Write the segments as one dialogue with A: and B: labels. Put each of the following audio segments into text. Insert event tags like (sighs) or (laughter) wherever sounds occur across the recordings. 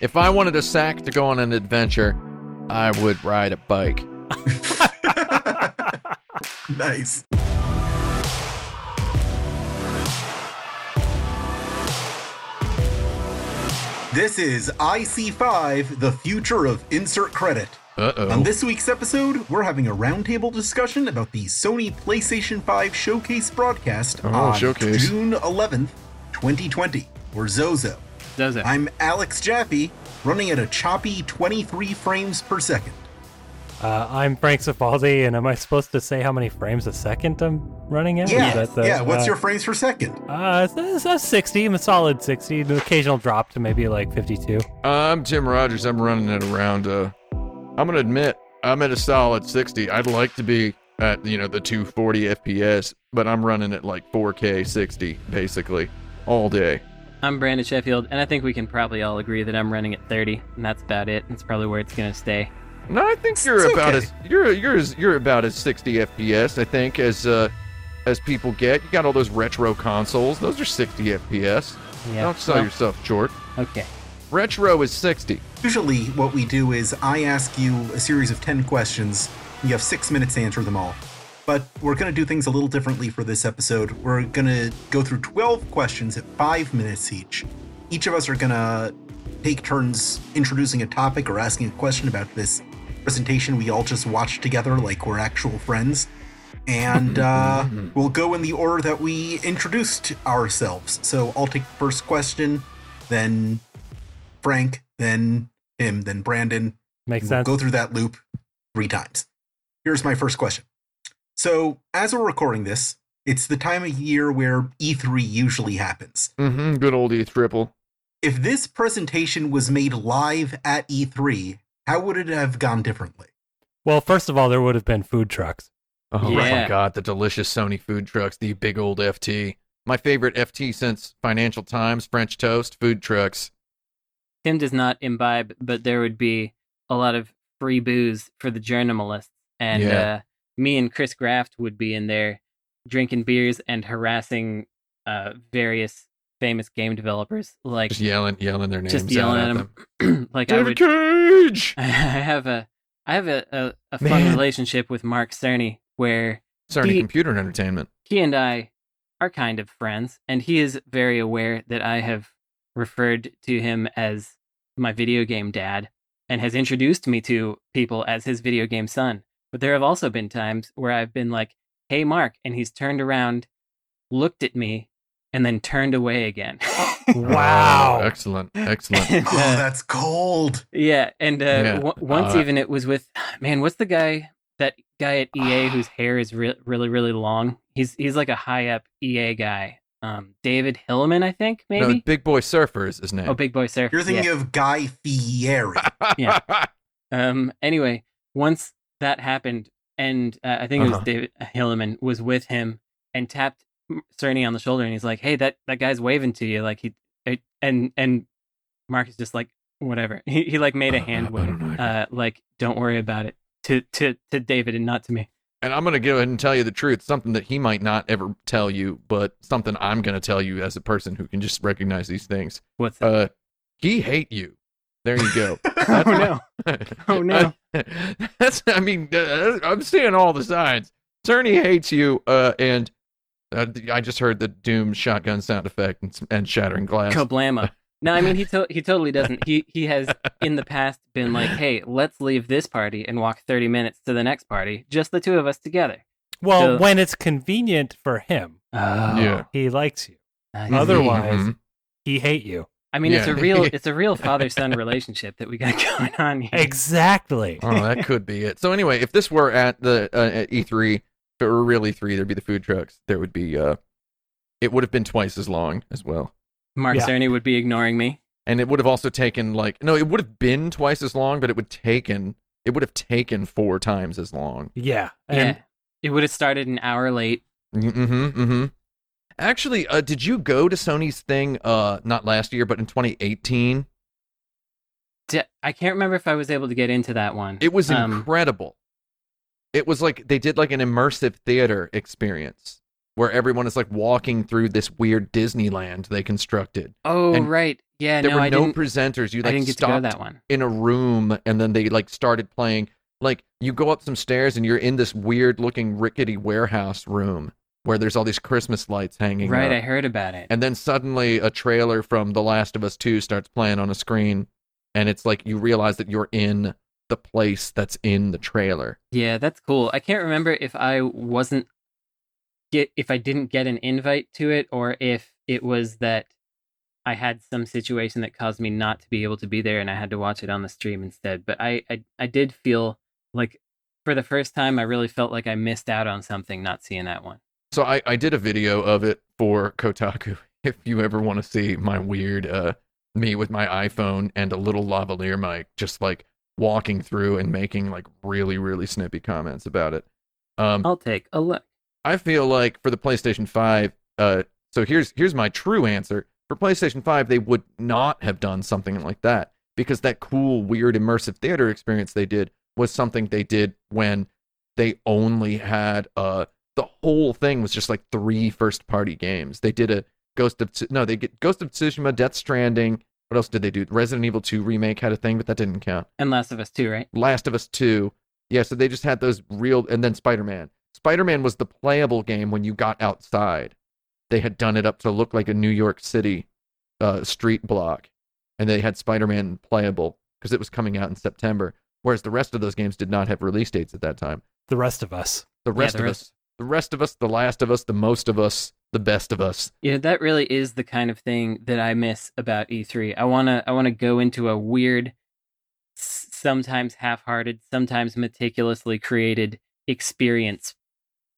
A: If I wanted a sack to go on an adventure, I would ride a bike.
B: nice. This is IC5, the future of insert credit.
A: Uh
B: On
A: oh.
B: this week's episode, we're having a roundtable discussion about the Sony PlayStation 5 showcase broadcast
A: Oh,
B: on
A: showcase.
B: June 11th, 2020. We're Zozo.
C: Does it?
B: I'm Alex Jaffe, running at a choppy 23 frames per second.
D: Uh, I'm Frank Cifaldi, and am I supposed to say how many frames a second I'm running at?
B: Yeah,
D: Is that the-
B: yeah. What's
D: uh,
B: your frames per second?
D: Uh, it's, it's a 60, a solid 60. The occasional drop to maybe like 52.
A: I'm Tim Rogers. I'm running it around. Uh, I'm gonna admit I'm at a solid 60. I'd like to be at you know the 240 FPS, but I'm running at like 4K 60 basically all day.
C: I'm Brandon Sheffield, and I think we can probably all agree that I'm running at 30, and that's about it. That's probably where it's going to stay.
A: No, I think you're
B: It's
A: about
B: okay.
A: as you're you're as, you're about as 60 FPS I think as uh as people get. You got all those retro consoles. Those are 60 FPS.
C: Yeah.
A: Don't sell
C: well,
A: yourself short.
C: Okay.
A: Retro is 60.
B: Usually, what we do is I ask you a series of 10 questions. You have six minutes to answer them all. But we're going to do things a little differently for this episode. We're going to go through 12 questions at five minutes each. Each of us are going to take turns introducing a topic or asking a question about this presentation we all just watched together, like we're actual friends. And uh, we'll go in the order that we introduced ourselves. So I'll take the first question, then Frank, then him, then Brandon.
D: Makes
B: We'll
D: sense.
B: Go through that loop three times. Here's my first question. So, as we're recording this, it's the time of year where E3 usually happens.
A: Mm-hmm. Good old E triple.
B: If this presentation was made live at E3, how would it have gone differently?
D: Well, first of all, there would have been
B: (laughs)
D: food trucks.
A: Oh my
C: Yeah.
A: god, the delicious Sony food trucks, the big old FT. My favorite FT since Financial Times, French toast, food trucks.
C: Tim does not imbibe, but there would be a lot of free booze for the journalists. And
A: Yeah.
C: uh, me and Chris Graft would be in there drinking beers and harassing uh, various famous game developers. Like,
A: Just yelling, yelling their names.
C: just yelling
A: out
C: at
A: at
C: them. (clears throat) like, I
A: David
C: would.
A: Cage.
C: (laughs) I have a. I have a, a, a fun
D: Man.
C: relationship with Mark Cerny where
A: Sorry,
C: He-
A: computer and entertainment.
C: he and I are kind of friends, and he is very aware that I have referred to him as my video game dad and has introduced me to people as his video game son. But there have also been times where I've been like, hey, Mark, and he's turned around, looked at me, and then turned away again.
D: Wow.
A: Oh, excellent, excellent.
C: (laughs) And,
B: Oh,
C: uh,
B: that's cold.
C: yeah, and uh,
A: Yeah,
C: w- once
A: uh,
C: even it was with (sighs) man. What's the guy that guy at
A: (sighs)
C: EA whose hair is re- really really long? He's he's like a high up EA guy. Um, David Hillman, I think
A: No,
C: maybe.
A: Big Boy Surfer is his name.
C: oh, Big Boy Surf.
B: You're thinking
C: yeah.
B: of Guy Fieri.
A: (laughs)
C: yeah. Um. Anyway, once that happened, and uh, I think it
A: Uh-huh.
C: was David Hillman was with him and tapped Cerny on the shoulder, and he's like, "Hey, that that guy's waving to you." Like he, it, and and Mark is just like, "Whatever." He he like made
A: (laughs)
C: a
A: Uh,
C: hand
A: I
C: wave,
A: don't know.
C: uh, like, "Don't worry about it." To to to David and not to me.
A: and I'm gonna go ahead and tell you the truth. Something that he might not ever tell you, but something I'm gonna tell you as a person who can just recognize these things.
C: What's that?
A: Uh, he hate you. There you
C: (laughs)
A: go.
C: oh no!
A: (laughs)
C: Oh, no.
A: that's. I mean, uh, I'm seeing all the signs. Cerny hates you, uh, and uh, I just heard the Doom shotgun sound effect and, and shattering glass.
C: Kablama. No, I mean he to- he totally doesn't. He he has in the past been like, "Hey, let's leave this party and walk thirty minutes to the next party, just the two of us together."
D: Well,
C: So-
D: when it's convenient for him,
C: Oh,
A: Yeah. Mm-hmm,
D: he likes you.
C: I see.
D: Otherwise,
A: Mhm.
D: he hate you.
C: I mean, it's
A: Yeah.
C: a
A: (laughs)
C: real it's a real father son relationship that we got (laughs) going on here.
D: Exactly.
A: oh, that could be it. So anyway, if this were at the uh, at E3, if it were really three, there'd be the food trucks. There would be. Uh, it would have been twice as long as well,
C: Mark
D: Yeah.
C: Cerny would be ignoring me.
A: and it would have also taken like no, it would have been twice as long, but it would taken it would have taken four times as long.
D: Yeah. And
C: yeah, it would have started an hour late.
A: Mm-hmm. Mm-hmm. Actually, uh, did you go to Sony's thing? Uh, not last year, but in 2018.
C: D- I can't remember if I was able to get into that one.
A: It was
C: Um,
A: incredible. it was like they did like an immersive theater experience where everyone is like walking through this weird Disneyland they constructed.
C: Oh
A: And
C: right, yeah.
A: there
C: No,
A: were
C: I
A: no
C: didn't.
A: presenters. You
C: I
A: like
C: didn't get to
A: stopped
C: go to that one.
A: in a room and then they like started playing like you go up some stairs and you're in this weird looking rickety warehouse room where there's all these christmas lights hanging
C: Right,
A: up.
C: I heard about it.
A: and then suddenly a trailer from the last of us 2 starts playing on a screen and it's like you realize that you're in the place that's in the trailer
C: Yeah, that's cool. I can't remember if I wasn't get if I didn't get an invite to it or if it was that I had some situation that caused me not to be able to be there and I had to watch it on the stream instead. But I I, I did feel like for the first time I really felt like I missed out on something not seeing that one.
A: so i, I did a video of it for kotaku (laughs) if you ever want to see my weird uh me with my iphone and a little lavalier mic just like walking through and making like really really snippy comments about it um
C: I'll take a look.
A: I feel like for the PlayStation 5, uh, so here's here's my true answer. For PlayStation 5, they would not have done something like that because that cool, weird, immersive theater experience they did was something they did when they only had uh the whole thing was just like three first party games. They did a Ghost of Tsu- no, they get Ghost of Tsushima, Death Stranding. What else did they do? Resident Evil 2 remake had a thing, but that didn't count.
C: And Last of Us too, right?
A: Last of Us 2. Yeah, so they just had those real and then Spider-Man. Spider-Man was the playable game when you got outside. They had done it up to look like a New York City uh, street block and they had Spider-Man playable because it was coming out in September, whereas the rest of those games did not have release dates at that time.
D: The rest of us.
A: The rest
C: the
A: of
C: rest-
A: us, the rest of us, the last of us, the most of us, the best of us.
C: Yeah, that really is the kind of thing that I miss about E3. I want to I want to go into a weird s- sometimes half-hearted, sometimes meticulously created experience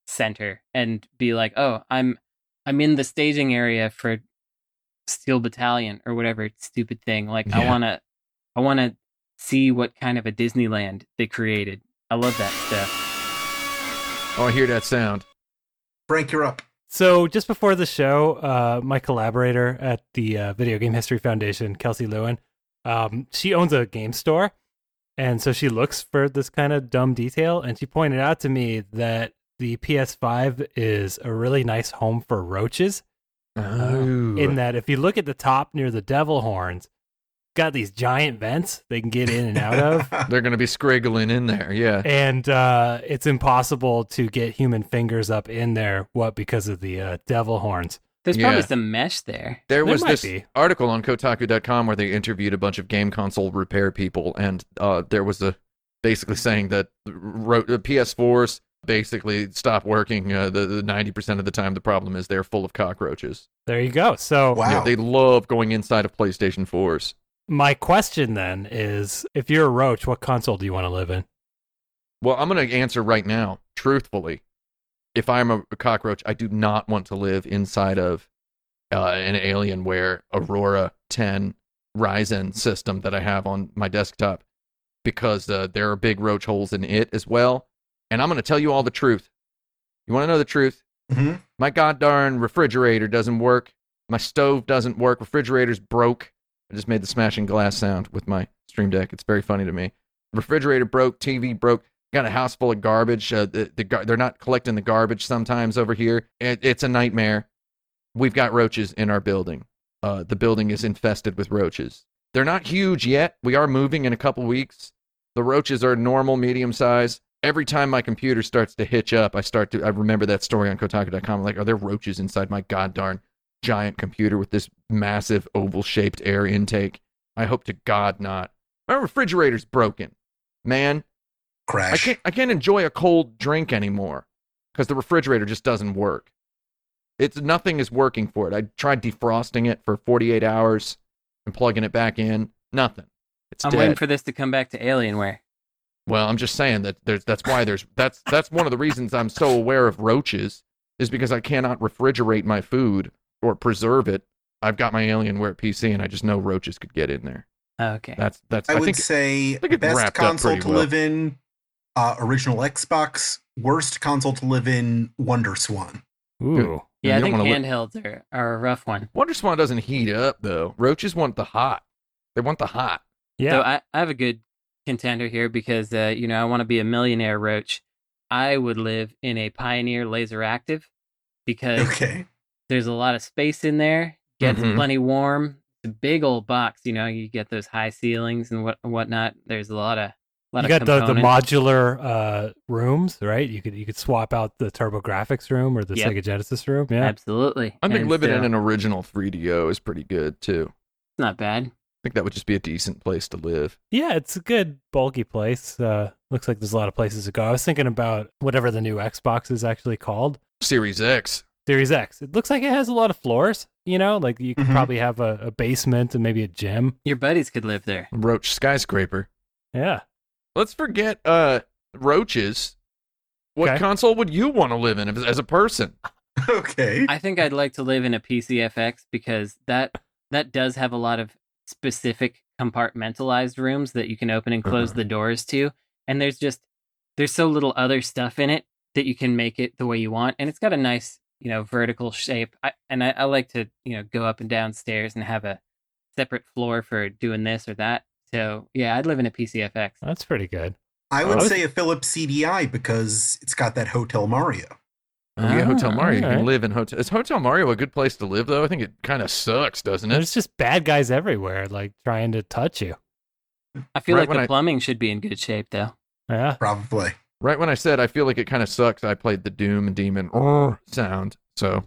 C: center and be like, "Oh, I'm I'm in the staging area for Steel Battalion or whatever stupid thing." Like I
A: Yeah.
C: want to I want to see what kind of a Disneyland they created. I love that stuff.
A: Oh, I hear that sound.
B: Frank, you're up.
D: So just before the show, uh, my collaborator at the uh, Video Game History Foundation, Kelsey Lewin, um, she owns a game store, and so she looks for this kind of dumb detail, and she pointed out to me that the PS5 is a really nice home for roaches.
A: Oh.
D: Uh, In that, if you look at the top near the devil horns, got these giant vents they can get in and out
B: (laughs)
D: of.
A: They're going to be scriggling in there. Yeah.
D: and uh, it's impossible to get human fingers up in there. What because of the uh, devil horns?
C: There's probably
A: Yeah.
C: some mesh there.
A: There
D: There
A: was
D: might
A: this
D: be.
A: article on Kotaku.com where they interviewed a bunch of game console repair people, and uh, there was a basically saying that the ro- the PS4s basically stop working uh, the ninety percent of the time. The problem is they're full of cockroaches.
D: There you go. So
B: Wow.
A: Yeah, they love going inside of PlayStation 4s.
D: my question then is, if you're a roach, what console do you want to live in?
A: Well, I'm going to answer right now, truthfully. If I'm a cockroach, I do not want to live inside of uh, an Alienware Aurora 10 Ryzen system that I have on my desktop because uh, there are big roach holes in it as well. And I'm going to tell you all the truth. You want to know the truth?
B: hmm
A: My god darn refrigerator doesn't work. My stove doesn't work. Refrigerator's broke. I just made the smashing glass sound with my stream deck. It's very funny to me. Refrigerator broke. TV broke. Got a house full of garbage. Uh, the, the gar- they're not collecting the garbage sometimes over here. It, it's a nightmare. We've got roaches in our building. Uh, the building is infested with roaches. They're not huge yet. We are moving in a couple weeks. The roaches are normal, medium size every time my computer starts to hitch up, I start to I remember that story on Kotaku.com. I'm like, are there roaches inside my god darn giant computer with this massive oval shaped air intake? I hope to God not. My refrigerator's broken. Man, I
B: Crash.
A: can't I can't enjoy a cold drink anymore because the refrigerator just doesn't work. It's nothing is working for it. I tried defrosting it for 48 hours and plugging it back in. Nothing. It's
C: I'm
A: dead.
C: waiting for this to come back to Alienware.
A: Well, I'm just saying that there's that's why there's that's that's one of the reasons I'm so aware of roaches is because I cannot refrigerate my food or preserve it. I've got my Alienware PC and I just know roaches could get in there.
C: Oh, Okay.
A: That's that's
B: I,
A: I,
B: would
A: think
B: say
A: think it's
B: best
A: wrapped up
B: console
A: pretty
B: to
A: well.
B: live in, uh, original Xbox. Worst console to live in, Wonder Swan.
D: Ooh,
C: Yeah, I
A: You don't
C: think
A: wanna li-
C: handhelds are, are a rough one.
A: Wonder Swan doesn't heat up though. Roaches want the hot. They want the hot.
D: yeah.
C: So I, I have a good contender here because, uh, you know, I want to be a millionaire roach. I would live in a Pioneer Laser Active because
B: Okay. (laughs)
C: there's a lot of space in there. Gets
A: Mhm.
C: plenty warm. It's a big old box, you know. You get those high ceilings and what whatnot. There's a lot of lot
D: You
C: of
D: got the, the
C: components.
D: modular uh, rooms, right? You could you could swap out the Turbo Graphics room or the
C: Yep.
D: Sega Genesis room. Yeah,
C: Absolutely.
A: I think
C: And
A: living
C: so,
A: in an original 3DO is pretty good too.
C: it's not bad.
A: I think that would just be a decent place to live.
D: yeah, it's a good bulky place. Uh, looks like there's a lot of places to go. I was thinking about whatever the new Xbox is actually called,
A: Series X.
D: Series X. It looks like it has a lot of floors. You know, like you could
B: Mhm.
D: probably have a, a basement and maybe a gym.
C: Your buddies could live there.
A: Roach skyscraper.
D: Yeah,
A: Let's forget uh roaches. What
D: Okay.
A: console would you want to live in if, as a person?
B: Okay.
C: I think I'd like to live in a PCFX because that that does have a lot of specific compartmentalized rooms that you can open and close
A: Uh-huh.
C: the doors to. And there's just there's so little other stuff in it that you can make it the way you want. And it's got a nice, you know, vertical shape. I, and I, I like to, you know, go up and down stairs and have a separate floor for doing this or that. So yeah, I'd live in a PCFX.
D: that's pretty good.
B: I would
D: Oh.
B: say a Philips CDI because it's got that Hotel Mario.
A: yeah, Hotel
D: Ah,
A: Mario. You
D: alright.
A: can live in Hotel. Is Hotel Mario a good place to live though? I think it kind of sucks, doesn't it?
D: There's just bad guys everywhere, like trying to touch you.
C: I feel
A: Right
C: like
A: when
C: the
A: I-
C: plumbing should be in good shape though.
D: Yeah,
B: Probably. (laughs)
A: Right when I said I feel like it kind of sucks, I played the Doom and Demon "Arr" sound. So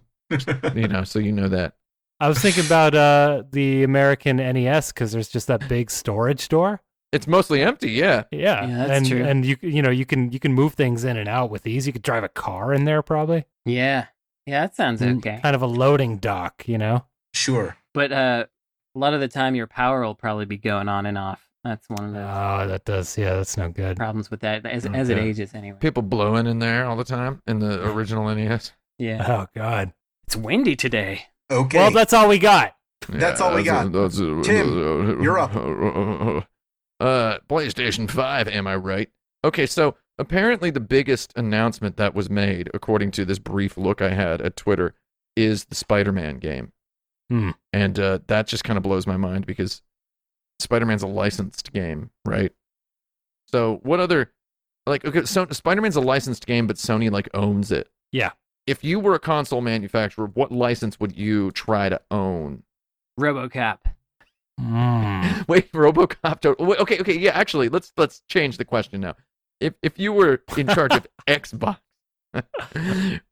A: you know, so you know that.
D: I was thinking about uh, the American NES because there's just that big storage door.
A: It's mostly empty, yeah.
D: Yeah,
C: Yeah, that's
D: and
C: true.
D: and you you know you can you can move things in and out with these. You could drive a car in there probably.
C: Yeah. Yeah, that sounds okay.
D: Kind of a loading dock, you know.
B: sure.
C: But uh, a lot of the time, your power will probably be going on and off. That's one of the
D: Oh, that does. Yeah, that's no good.
C: problems with that, as, as it
A: Ah. Okay.
C: ages, anyway.
A: People blowing in there all the time in
D: (sighs)
A: the original E NES. (laughs)
C: Yeah,
D: Oh God.
C: it's windy today.
B: Okay.
D: Well,
B: (laughs)
D: that's all we got.
B: That's all we got.
A: that's-
B: Tim, you're up.
A: (laughs) Uh, PlayStation 5, am I right? Okay, so apparently the biggest announcement that was made, according to this brief look I had at Twitter, is the Spider Man game.
D: Hmm.
A: And uh, that just kind of blows my mind because Spider Man's a licensed game, right? So, what other. Like, okay, so Spider Man's a licensed game, but Sony, like, owns it.
D: Yeah.
A: If you were a console manufacturer, what license would you try to own?
C: RoboCop.
D: Mm.
A: (laughs) Wait, RoboCop. To- wait, okay, okay, yeah. Actually, let's let's change the question now. If if you were in charge
C: (laughs)
A: of Xbox, (laughs)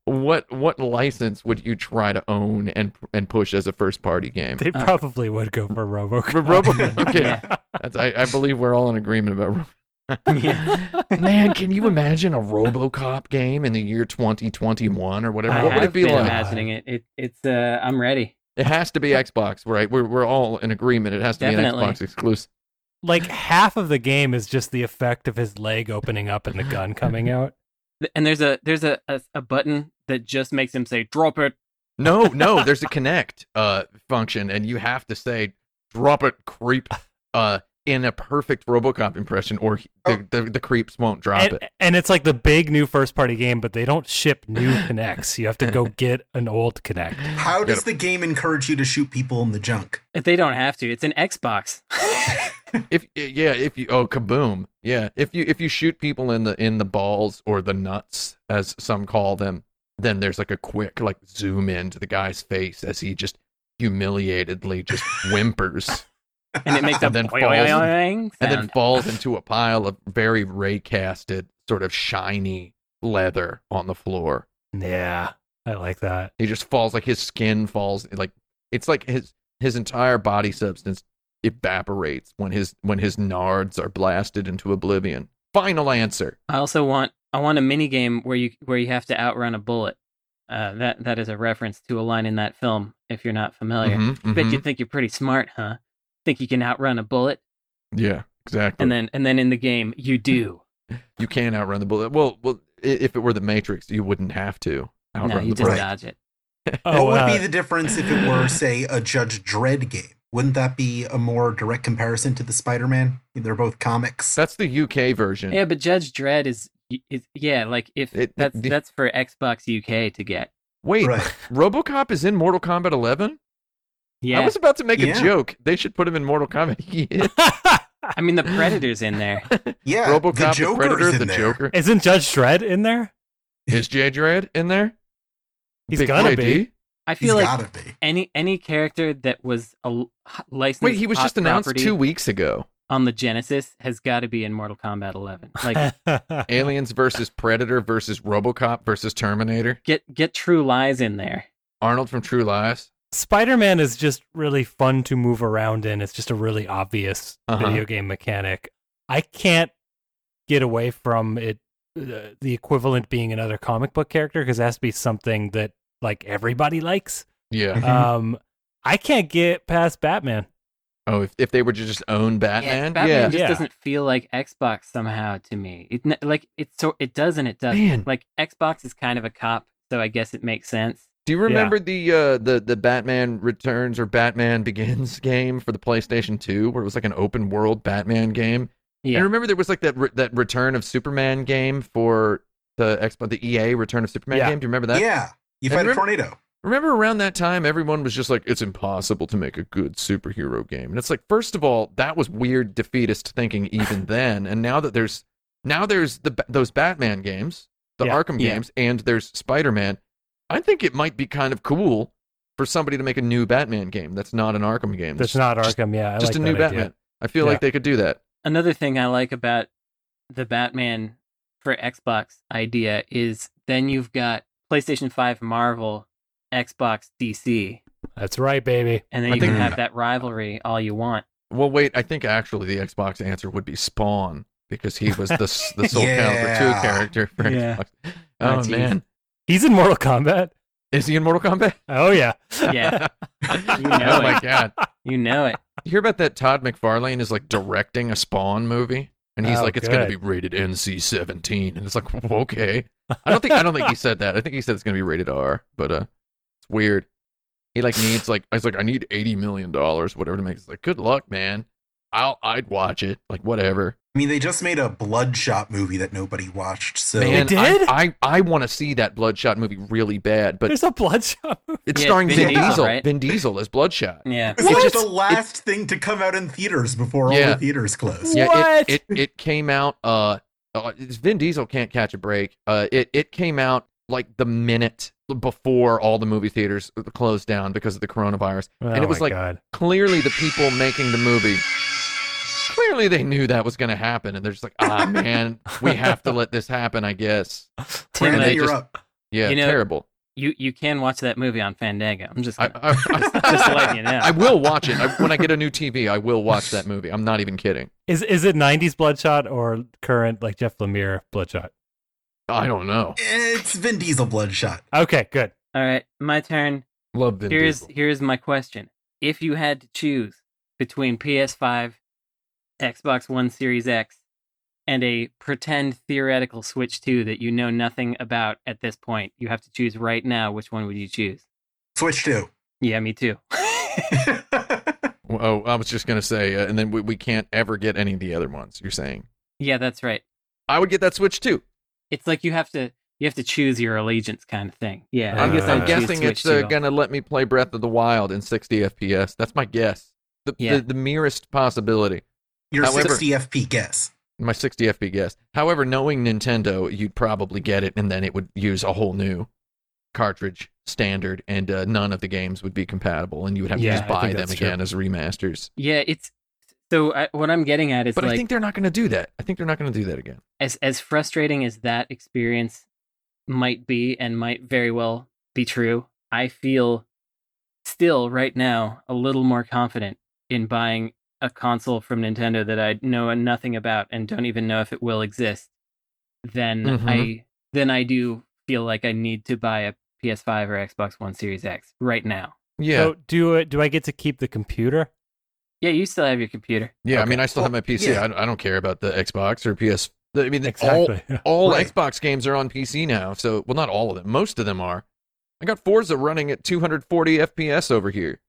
A: what what license would you try to own and and push as a first party game?
D: They
C: Uh,
D: probably would go for (laughs) RoboCop.
A: For Robo- (laughs) okay,
C: Yeah.
A: that's, I, I believe we're all in agreement about. Robo-
C: (laughs) Yeah.
A: Man, can you imagine a RoboCop game in the year 2021 or whatever? (laughs)
C: I
A: what would
C: have
A: it be
C: been
A: like?
C: imagining it. it. It's uh, I'm ready.
A: It has to be Xbox, right? We're we're all in agreement. It has to
C: Definitely.
A: be an Xbox exclusive.
D: Like half of the game is just the effect of his leg opening up and the gun coming out.
C: Th- And there's a there's a, a a button that just makes him say "drop it."
A: No, no, there's a connect uh function and you have to say drop it creep uh in a perfect RoboCop impression or he-
B: Oh.
A: the, the, the creeps won't drop
D: And,
A: it.
D: and it's like the big new first party game, but they don't ship new
A: (laughs)
D: connects. You have to go get an old connect.
B: How
A: You
B: does the game encourage you to shoot people in the junk?
C: If They don't have to. It's an Xbox. (laughs)
A: gotta- if yeah, if you oh kaboom. Yeah, if you if you shoot people in the in the balls or the nuts as some call them, then there's like a quick like zoom in to the guy's face as he just humiliatedly just whimpers
C: and it makes
A: (laughs)
C: a
A: And then falls.
C: boing
A: and
C: sound.
A: then falls into a pile of very raycasted sort of shiny leather on the floor.
D: Yeah, I like that.
A: He just falls like his skin falls like it's like his his entire body substance evaporates when his when his nards are blasted into oblivion. Final answer.
C: I also want I want a mini game where you where you have to outrun a bullet. Uh, that that is a reference to a line in that film. If you're not familiar,
A: Mhm,
C: bet
A: mhm.
C: you think you're pretty smart, huh? Think you can outrun a bullet,
A: Yeah, exactly.
C: and then and then in the game you do.
A: you can outrun the bullet. Well, well, i- if it were the Matrix, you wouldn't have to
C: no,
A: Mm-hmm. outrun
C: you
A: the
C: just
A: bullet.
C: dodge it.
D: Oh,
B: what would
D: uh,
B: be the difference if it were, say, a Judge Dredd game? Wouldn't that be a more direct comparison to the Spider-Man? They're both comics.
A: That's the UK version.
C: Yeah, but Judge Dredd is, is yeah, like if
A: It-
C: that's
A: the-
C: that's for Xbox UK to get.
A: Wait,
B: Right.
A: RoboCop is in Mortal Kombat 11.
C: Yeah,
A: I was about to make
B: Yeah.
D: uh,
A: a joke. They should put him in Mortal Kombat. (laughs) He is.
C: I mean,
A: (laughs)
C: the Predator's in there.
B: Yeah, (laughs) the
A: RoboCop, the,
B: Joker's
A: Predator,
B: in
A: the
B: there. (laughs)
A: Joker.
D: (laughs) Isn't Judge Dredd in there?
A: Is J. Dredd in there?
D: He's
A: Big
D: gonna
A: Boy
D: be.
A: D?
C: I
B: He's
C: feel like
B: gotta be.
C: any any character that was a l- h- licensed
A: Wait, he was
C: hot
A: just announced
C: property
A: two weeks ago.
C: on the Genesis has got to be in Mortal
A: (laughs)
C: Kombat 11.
D: (laughs)
C: Like
A: Aliens versus Predator versus RoboCop versus Terminator.
C: get get True Lies in there.
A: Arnold from True Lies.
D: Spider Man is just really fun to move around in. It's just a really obvious
A: Uh-huh.
D: video game mechanic. I can't get away from it, uh, the equivalent being another comic book character, because it has to be something that like everybody likes.
A: Yeah.
B: (laughs) Mhm.
A: Mm-hmm.
D: Um, I can't get past Batman.
A: Oh, if, if they were to just own Batman.
C: Batman
A: Yeah.
C: just
D: Yeah.
C: doesn't feel like Xbox somehow to me. It n- like it's so it does and it doesn't.
A: Man.
C: Like Xbox is kind of a cop, so I guess it makes sense.
A: Do you remember the uh the the Batman Returns or Batman Begins (laughs) game for the PlayStation 2 where it was like an open world Batman game?
C: Yeah,
A: And remember there was like that re- that Return of Superman game for the Xbox the EA Return of Superman
D: Yeah.
A: game. Do you remember that?
B: yeah, you
A: And
B: fight a
A: remember-
B: tornado.
A: Remember around that time, everyone was just like, it's impossible to make a good superhero game. And it's like, first of all, that was weird defeatist thinking
D: (laughs)
A: even then. And now that there's, now there's the Ba- those Batman games, the
D: Yeah.
A: Arkham
C: Yeah.
A: games, and there's Spider Man. I think it might be kind of cool for somebody to make a new Batman game that's not an Arkham game.
D: That's not
A: just-
D: Arkham. Yeah, I
A: just
D: like
A: a new
D: that idea.
A: Batman. I feel
D: Yeah.
A: like they could do that.
C: another thing I like about the Batman for Xbox idea is then you've got PlayStation 5 Marvel, Xbox DC,
D: That's right, baby.
C: and then
A: I
C: you can
A: think-
C: have that rivalry all you want.
A: Well, wait, I think actually the Xbox answer would be Spawn because he was the, s-
D: (laughs)
A: the sole
B: Yeah.
A: Calibur 2 character for
D: Yeah.
A: Xbox.
D: (laughs)
A: Oh,
C: Oh, geez.
A: man.
D: He's in Mortal Kombat.
A: Is he in Mortal Kombat?
D: Oh yeah.
C: Yeah, (laughs)
A: (laughs)
C: You know
A: oh my
C: it.
A: god!
C: you know it.
A: You hear about that? Todd McFarlane is like directing a Spawn movie, and he's
D: Oh,
A: like, "It's going to be
D: good.
A: rated NC-17," and it's like, "Okay." I don't
D: (laughs)
A: think I don't think he said that. I think he said it's going to be rated R, but uh, it's weird. He like needs like I was like, "I need eighty million dollars, whatever to make." It's like, "Good luck, man. I'll I'd watch it, like whatever."
B: I mean, they just made a Bloodshot movie that nobody watched. So
A: man,
D: They did?
A: I I, I want to see that Bloodshot movie really bad, but
D: There's a bloodshot. movie.
A: it's
C: Yeah,
A: starring
C: Vin
A: Vin,
B: Diesel,
A: Diesel.
C: right?
A: Vin Diesel as Bloodshot. (laughs)
D: (laughs)
C: Yeah.
B: It
A: It
B: was
A: just-
B: the last thing to come out in theaters before all
A: Yeah.
B: the theaters closed.
A: Yeah,
D: What?
A: It, it it came out. Uh, uh, it's Vin Diesel can't catch a break. Uh, it it came out like the minute before all the movie theaters closed down because of the coronavirus. and
D: Oh
A: it was
D: my
A: like
D: God.
A: clearly the people making the movie. Clearly they knew that was going to happen, and they're just like,
D: (laughs)
A: ah, man, we have to let this happen, I guess.
C: Tim,
B: Brandon,
A: they
C: like,
B: you're
A: just-
B: up.
A: Yeah,
C: You know-
A: terrible.
C: you you can watch that movie on Fandango. I'm just
A: I,
C: gonna,
A: I, I,
C: (laughs) just letting you know.
A: (laughs) I will watch it I, when I get a new TV. I will watch that movie. I'm not even kidding.
D: Is is it '90s Bloodshot or current like Jeff Lemire Bloodshot?
A: I don't know.
B: It's Vin Diesel Bloodshot.
D: Okay, good.
C: All right, my turn.
A: Love Vin
C: here's
A: Diesel.
C: here's my question: If you had to choose between PS5, Xbox One Series X, and a pretend theoretical Switch 2 that you know nothing about at this point, you have to choose right now. Which one would you choose?
B: Switch two.
C: Yeah, me too. (laughs)
A: Oh, I was just gonna say, uh, and then we, we can't ever get any of the other ones. You're saying
C: yeah, that's right.
A: I would get that Switch too.
C: It's like you have to you have to choose your allegiance kind of thing. Yeah,
D: I
A: I'm,
D: guess
A: I'm
D: I'd choose
A: guessing
C: Switch
A: it's uh,
C: 2.
A: gonna let me play Breath of the Wild in 60 FPS. That's my guess. The,
C: Yeah.
A: the, the merest possibility.
B: (laughs) Your
A: However-
B: 60 FP guess.
A: My 60 FP guess. However, knowing Nintendo, you'd probably get it, and then it would use a whole new cartridge standard, and uh, none of the games would be compatible, and you would have to
D: Yeah, I
A: just
D: think
A: buy them
D: that's true.
A: again as remasters.
C: Yeah, it's so I, what I'm getting at is
A: but
C: like
A: I think they're not gonna do that. I think they're not gonna do that again.
C: as as frustrating as that experience might be and might very well be true, I feel still right now a little more confident in buying a console from Nintendo that I know nothing about and don't even know if it will exist than
A: Mhm.
C: I than I do feel like I need to buy a PS5 or Xbox One Series X right now.
A: Yeah,
D: So do it. Do I get to keep the computer?
C: Yeah, you still have your computer.
A: Yeah, I
D: Okay.
A: mean, I still have my
B: Well,
A: PC.
B: yeah.
A: I, don't- I don't care about the Xbox or PS. I mean, all
D: Exactly.
A: all
B: Right.
A: Xbox games are on PC now. So, well, not all of them. Most of them are. I got Forza running at 240 FPS over here.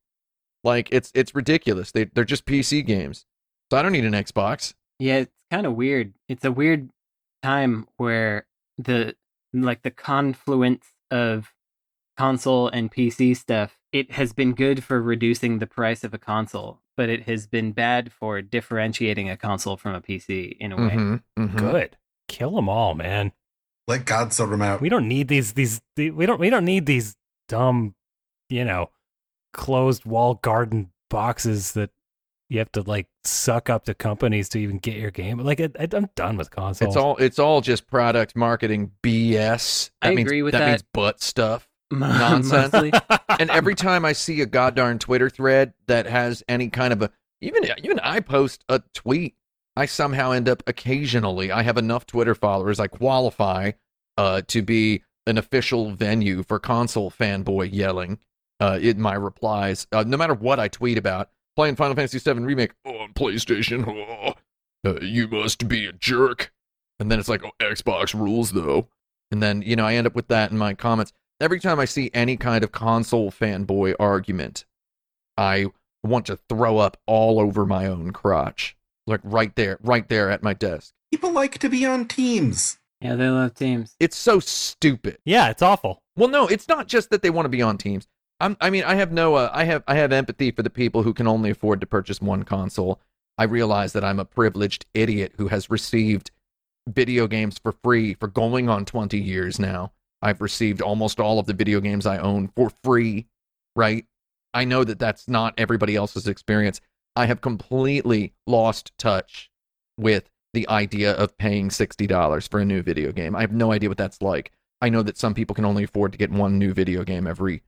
A: Like it's it's ridiculous. They they're just PC games. So I don't need an Xbox.
C: Yeah, it's kind of weird. It's a weird time where the like the confluence of console and PC stuff, it has been good for reducing the price of a console but it has been bad for differentiating a console from a PC in a way. (laughs)
A: Mhm, mhm.
D: (laughs) Good. Kill them all, man.
B: Let God sort them out.
D: We don't need these these the- we don't we don't need these dumb, you know, closed wall garden boxes that you have to like suck up to companies to even get your game. Like I, I- I'm done with consoles. (laughs)
A: It's all it's all just product marketing BS.
C: I
A: That means,
C: agree with
A: that.
C: that.
A: means butt stuff. Nonsense.
C: Mostly.
A: And every time I see a goddamn Twitter thread that has any kind of a even even I post a tweet, I somehow end up occasionally. I have enough Twitter followers. I qualify uh, to be an official venue for console fanboy yelling uh, in my replies. Uh, no matter what I tweet about, playing Final Fantasy VII remake on PlayStation. (laughs) oh, uh, you must be a jerk. And then it's like, oh, Xbox rules though. And then, you know, I end up with that in my comments. Every time I see any kind of console fanboy argument, I want to throw up all over my own crotch. Like right there, right there at my desk.
B: People like to be on teams.
C: yeah, they love teams.
A: It's so stupid.
D: yeah, it's awful.
A: Well, no, it's not just that they want to be on teams. I'm, I mean, I have no, uh, I have, I have empathy for the people who can only afford to purchase one console. I realize that I'm a privileged idiot who has received video games for free for going on 20 years now. I've received almost all of the video games I own for free, right? I know that that's not everybody else's experience. I have completely lost touch with the idea of paying $60 for a new video game. I have no idea what that's like. I know that some people can only afford to get one new video game every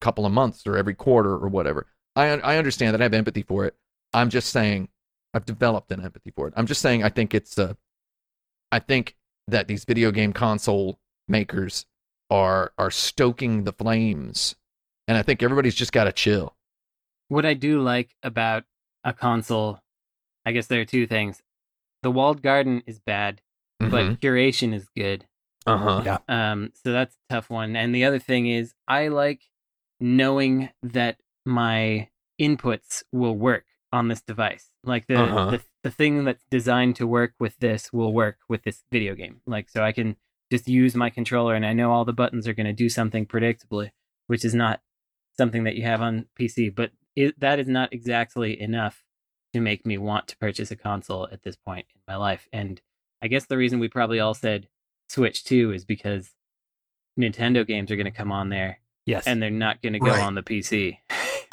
A: couple of months or every quarter or whatever. I I understand that. I have empathy for it. I'm just saying I've developed an empathy for it. I'm just saying I think it's uh I think that these video game console makers are are stoking the flames. And I think everybody's just got to chill.
C: What I do like about a console, I guess there are two things. The walled garden is bad,
A: Mm-hmm.
C: but curation is good.
A: uh-huh.
C: Um, so that's a tough one. And the other thing is, I like knowing that my inputs will work on this device. Like the,
A: Uh-huh.
C: the the thing that's designed to work with this will work with this video game. Like so, I can just use my controller, and I know all the buttons are going to do something predictably, which is not something that you have on PC. But it, that is not exactly enough to make me want to purchase a console at this point in my life. And I guess the reason we probably all said Switch 2 is because Nintendo games are going to come on there
D: Yes.
C: and they're not going to go
B: Right.
C: on
D: (laughs)
C: the PC.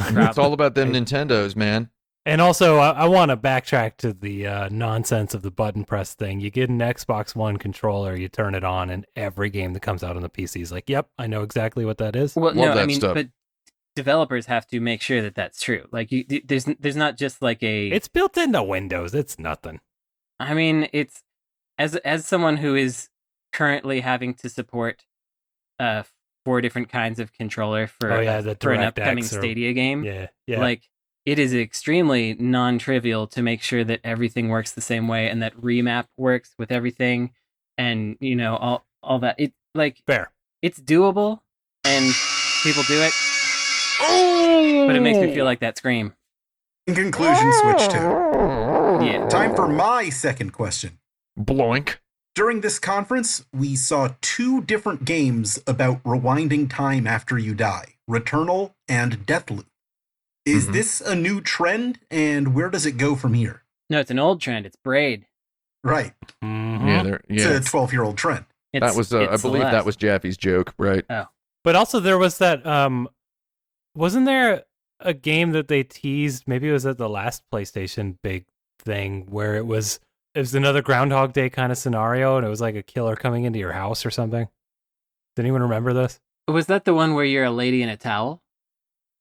A: It's (laughs) all about them Nintendos, man.
D: And also, I, I want to backtrack to the uh, nonsense of the button press thing. You get an Xbox One controller, you turn it on, and every game that comes out on the PC is like, "Yep, I know exactly what that is."
C: Well,
A: Love
C: no, I
A: that
C: mean,
A: stuff.
C: but developers have to make sure that that's true. Like, you, th- there's there's not just like a.
D: It's built into Windows. It's nothing.
C: I mean, it's as as someone who is currently having to support uh four different kinds of controller for
D: Oh, yeah, the
C: for an
D: DirectX
C: upcoming
D: or-
C: Stadia game.
D: Yeah, yeah.
C: Like it is extremely non-trivial to make sure that everything works the same way and that remap works with everything and you know all all that it like
D: fair.
C: it's doable and people do it but it makes me feel like that scream.
B: In conclusion, Switch 2.
C: Yeah.
B: Time for my second question.
A: Bloink.
B: During this conference, we saw two different games about rewinding time after you die Returnal and Deathloop. Is
A: Mhm.
B: this a new trend, and where does it go from here?
C: No, it's an old trend. It's braid.
B: Right.
D: Mhm.
A: Yeah, they're- yeah.
B: It's a 12 year old trend.
C: It's,
A: that was, uh, I
C: it's
A: believe, that
C: Celeste.
A: was Jaffe's joke, right?
D: But also, there was that. Um, wasn't there a game that they teased? Maybe it was at the last PlayStation big thing where it was it was another Groundhog Day kind of scenario, and it was like a killer coming into your house or something. Does anyone remember this?
C: was that the one where you're a lady in a towel?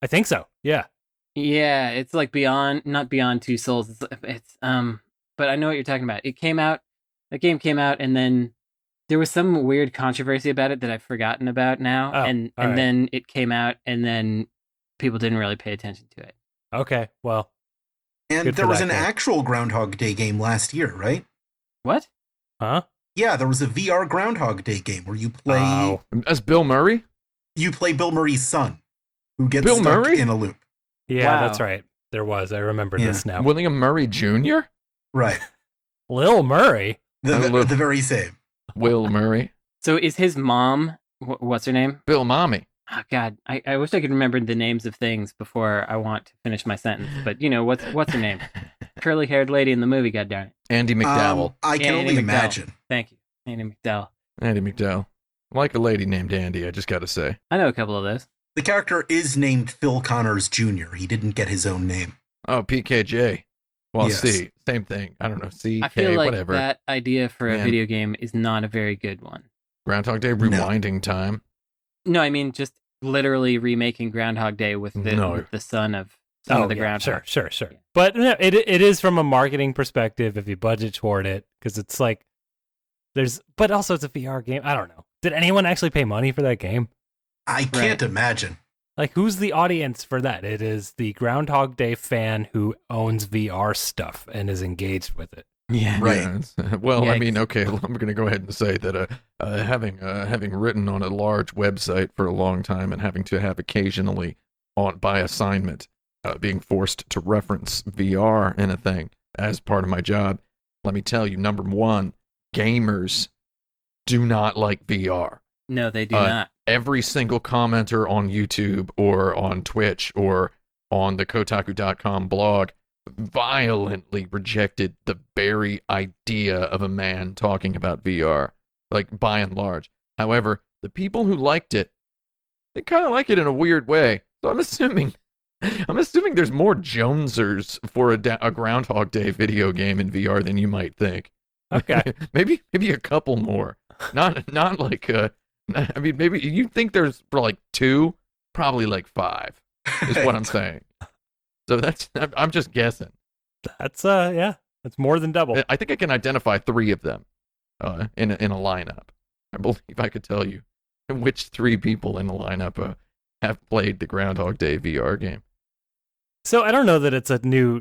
D: I think so. Yeah.
C: Yeah, it's like beyond, not beyond two souls. It's, it's um, but I know what you're talking about. It came out, that game came out, and then there was some weird controversy about it that I've forgotten about now.
D: Oh,
C: and
D: all
C: and
D: right.
C: then it came out, and then people didn't really pay attention to it.
D: Okay. Well,
B: And
D: Good for
B: there was
D: that
B: an
D: game.
B: actual Groundhog Day game last year, right?
C: What?
D: huh?
B: Yeah, there was a VR Groundhog Day game where you play
D: Oh.
A: That's Bill Murray.
B: you play Bill Murray's son, who gets
A: Bill
B: stuck
A: Murray?
B: in a loop.
D: Yeah,
C: Wow.
D: that's right. There was. I remember
B: Yeah.
D: this now.
A: William Murray Jr.
B: Right.
D: Lil Murray.
B: The,
A: (laughs) I
B: the,
A: love-
B: the very same.
C: (laughs)
A: Will Murray.
C: So is his mom? Wh- what's her name?
A: Bill Mommy.
C: oh God, I, I wish I could remember the names of things before I want to finish my sentence. But you know what's what's
D: (laughs)
C: her name? Curly haired lady in the movie. God darn it!
A: (laughs) Andy McDowell.
B: Um, I can
C: Andy
B: only
C: McDowell.
B: imagine.
C: Thank you, Andy McDowell.
A: Andy McDowell. Like a lady named Andy, I just gotta say.
C: I know a couple of those.
B: The character is named Phil Connors Jr. He didn't get his own name.
A: Oh, PKJ. Well,
B: Yes.
A: C. Same thing. I don't know. C,
C: I feel
A: K,
C: like
A: whatever.
C: that idea for a
A: Man.
C: video game is not a very good one.
A: Groundhog Day
B: No.
A: rewinding time.
C: No, I mean just literally remaking Groundhog Day with the
A: No.
C: with the son of son of the
D: Oh, yeah,
C: groundhog.
D: Sure, sure, sure.
C: Yeah.
D: But no, it it is from a marketing perspective if you budget toward it because it's like there's, but also it's a VR game. I don't know. Did anyone actually pay money for that game?
B: I can't imagine.
D: Like, who's the audience for that? It is the Groundhog Day fan who owns VR stuff and is engaged with it.
C: Yeah. (laughs)
B: Right.
A: Yeah, it's- well, I
C: Yikes.
A: mean, okay, (laughs) well, I'm going to go ahead and say that uh, uh, having uh, having written on a large website for a long time and having to have occasionally on by assignment uh, being forced to reference VR in a thing as part of my job, let me tell you, number one, gamers do not like VR
C: No, they do
A: Uh,
C: not.
A: every single commenter on YouTube or on Twitch or on the Kotaku.com blog violently rejected the very idea of a man talking about VR, like by and large. However, the people who liked it, they kind of like it in a weird way. So I'm assuming. (laughs) I'm assuming there's more Jonesers for a, da- a Groundhog Day video game in VR than you might think.
D: Okay.
A: (laughs) maybe maybe a couple more. Not not like uh I mean maybe you think there's like two, probably like five is what
D: (laughs)
A: I'm saying. So that's I'm I'm just guessing.
D: (laughs) that's, uh, yeah, that's more than double.
A: I- I think I can identify three of them uh, in a, in a lineup. I believe I could tell you which three people in the lineup uh, have played the Groundhog Day VR game.
D: So I don't know that it's a new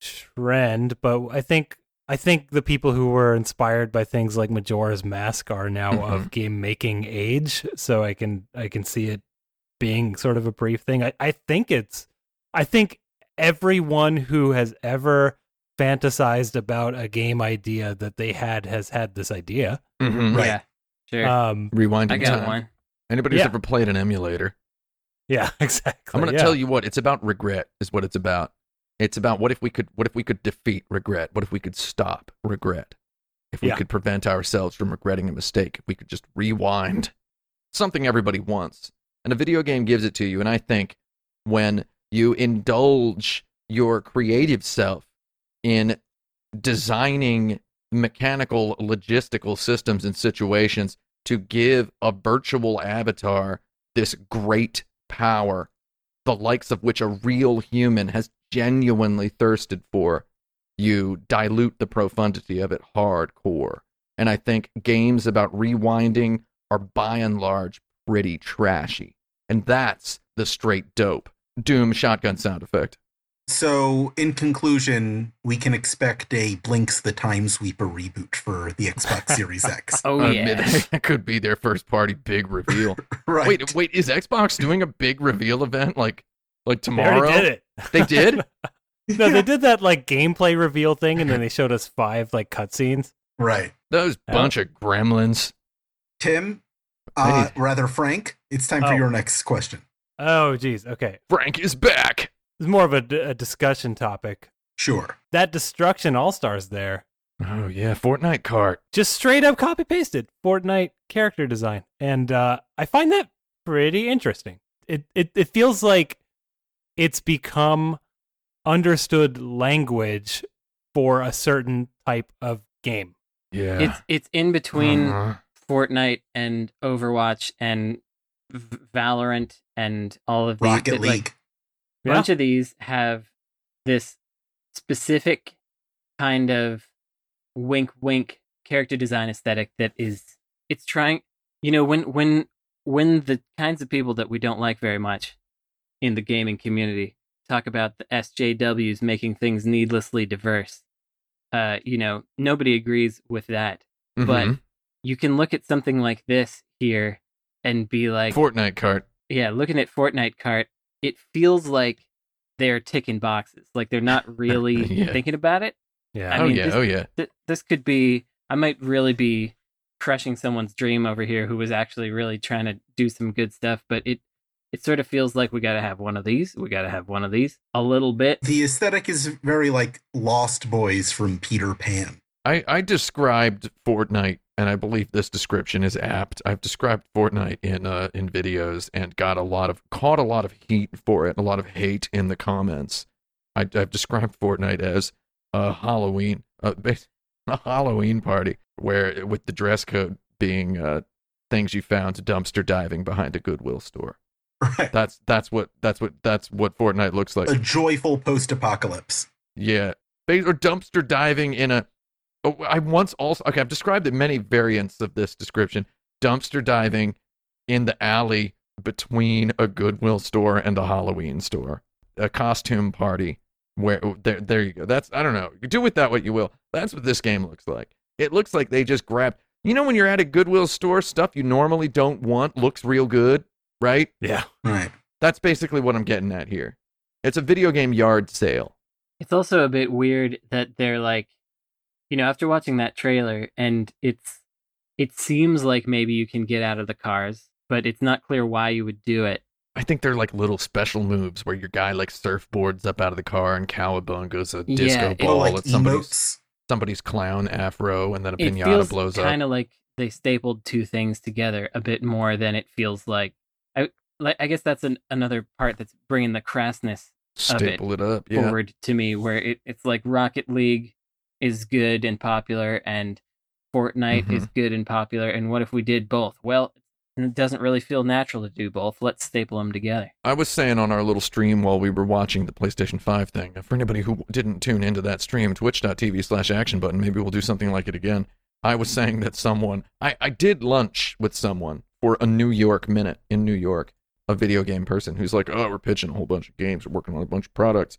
D: trend, but I think I think the people who were inspired by things like Majora's Mask are now
A: Mm-hmm.
D: of game making age. So I can I can see it being sort of a brief thing. I, I think it's I think everyone who has ever fantasized about a game idea that they had has had this idea.
A: Mm-hmm.
B: Right.
C: Yeah. Sure.
D: Um
A: Rewinding
C: I got
A: time.
C: one.
A: Anybody who's
D: Yeah.
A: ever played an emulator
D: yeah, (laughs) exactly.
A: I'm going to tell you what it's about. Regret is what it's about. It's about what if we could what if we could defeat regret? What if we could stop regret? If we
D: Yeah.
A: could prevent ourselves from regretting a mistake, if we could just rewind. Something everybody wants, and a video game gives it to you. And I think when you indulge your creative self in designing mechanical logistical systems and situations to give a virtual avatar this great power the likes of which a real human has genuinely thirsted for, you dilute the profundity of it hardcore. And I think games about rewinding are by and large pretty trashy. And that's the straight dope. Doom shotgun sound effect.
B: So, in conclusion, we can expect a Blinks the Time Sweeper reboot for the
A: (laughs)
B: Xbox Series X.
C: Oh
A: I
C: yeah.
A: admit, (laughs) that could be their first party big reveal.
B: Right.
A: Wait, wait, is Xbox doing a big reveal event like like
D: They already
A: tomorrow?
D: did it.
A: They did?
B: (laughs)
D: (laughs) no,
A: (laughs)
D: they did that like gameplay reveal thing and then they showed us five like cutscenes.
B: Right.
A: Those
D: Yeah.
A: bunch of gremlins.
B: Tim, uh,
A: Hey.
B: rather Frank, it's time for
D: Oh.
B: your next question.
D: Oh, geez. Okay.
A: Frank is back.
D: It's more of a, d- a discussion topic.
B: Sure.
D: That Destruction All Stars there
A: Oh yeah, Fortnite cart.
D: just straight up copy pasted Fortnite character design. And uh, I find that pretty interesting. It, it, it feels like it's become understood language for a certain type of game.
A: Yeah.
C: (laughs)
A: (laughs)
C: It's it's in between
A: Uh-huh.
C: Fortnite and Overwatch and v- Valorant and all of these
B: Rocket
C: that, like,
B: League.
C: a bunch of these have this specific kind of wink wink character design aesthetic that is it's trying you know when when when the kinds of people that we don't like very much in the gaming community talk about the SJWs making things needlessly diverse uh you know nobody agrees with that but
A: Mhm.
C: you can look at something like this here and be like
A: Fortnite cart.
C: yeah, looking at Fortnite cart, it feels like they're ticking boxes. Like they're not really
A: Yeah.
C: thinking about it.
D: Yeah.
C: I
A: oh
C: mean,
A: yeah,
C: this-
A: oh yeah.
C: Th- this could be, I might really be crushing someone's dream over here who was actually really trying to do some good stuff, but it It sort of feels like we got to have one of these. We got to have one of these a little bit.
B: The aesthetic is very like Lost Boys from Peter Pan. (laughs)
A: I, I described Fortnite, and I believe this description is apt. I've described Fortnite in uh, in videos and got a lot of caught a lot of heat for it, and a lot of hate in the comments. I, I've described Fortnite as a Halloween, a, bas- a Halloween party where with the dress code being uh, things you found dumpster diving behind a Goodwill store.
B: Right.
A: That's that's what that's what that's what Fortnite looks like.
B: A joyful post apocalypse.
A: Yeah, they are dumpster diving in a. Oh, I once also okay. I've described it many variants of this description. Dumpster diving in the alley between a Goodwill store and a Halloween store. A costume party where oh, there there you go. That's I don't know. Do with that what you will. That's what this game looks like. It looks like they just grabbed. You know when you're at a Goodwill store, stuff you normally don't want looks real good, right?
D: Oh, Yeah.
B: Right.
A: That's basically what I'm getting at here. It's a video game yard sale.
C: It's also a bit weird that they're like, you know, after watching that trailer, and it's, it seems like maybe you can get out of the cars, but it's not clear why you would do it.
A: I think they're like little special moves where your guy like surfboards up out of the car and cowabungas a
C: Yeah,
A: disco
C: it-
A: ball
B: Well, like
A: at somebody's
B: emotes.
A: somebody's clown afro and then a
C: It
A: pinata
C: feels
A: blows up.
C: kind of like they stapled two things together a bit more than it feels like. I like, I guess that's an, another part that's bringing the crassness of it
A: Staple it up. Yeah.
C: forward to me where it, it's like Rocket League is good and popular and Fortnite
A: Mm-hmm.
C: is good and popular. And what if we did both? Well, it doesn't really feel natural to do both. Let's staple them
A: (laughs)
C: together. (laughs)
A: I was saying on our little stream while we were watching the PlayStation 5 thing, uh, for anybody who didn't tune into that stream, twitch.tv slash action button, maybe we'll do something like it again. I was saying that someone, I, I did lunch with someone for a New York minute in New York, a video game person who's like, oh, we're pitching a whole bunch of games, we're working on a bunch of products.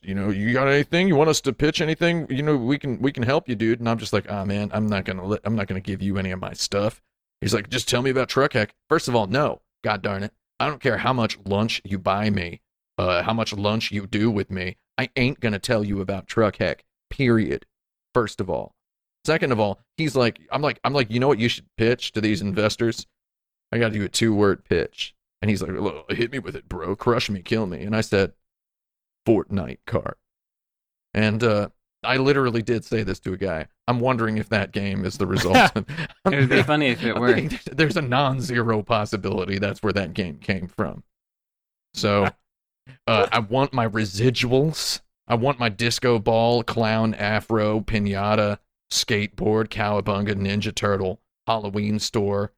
A: You know, you got anything? You want us to pitch anything? You know, we can we can help you, dude. And I'm just like, ah, man, I'm not gonna let, I'm not gonna give you any of my stuff. He's like, just tell me about Truck Hack. First of all, no, god darn it. I don't care how much lunch you buy me, uh, how much lunch you do with me. I ain't gonna tell you about truck heck. Period. First of all. Second of all, he's like, I'm like, I'm like, you know what? You should pitch to these investors. I got to do a two word pitch, and he's like, "Look, hit me with it, bro. Crush me, kill me. And I said, Fortnite cart. And uh, I literally did say this to a guy. I'm wondering if that game is the result.
C: It would be funny if
A: (laughs)
C: it
A: I
C: were.
A: think th- there's a non-zero possibility that's where that game came from. So,
C: (laughs)
A: uh, I want my residuals. I want my disco ball, clown afro, pinata, skateboard, cowabunga, ninja turtle, Halloween store,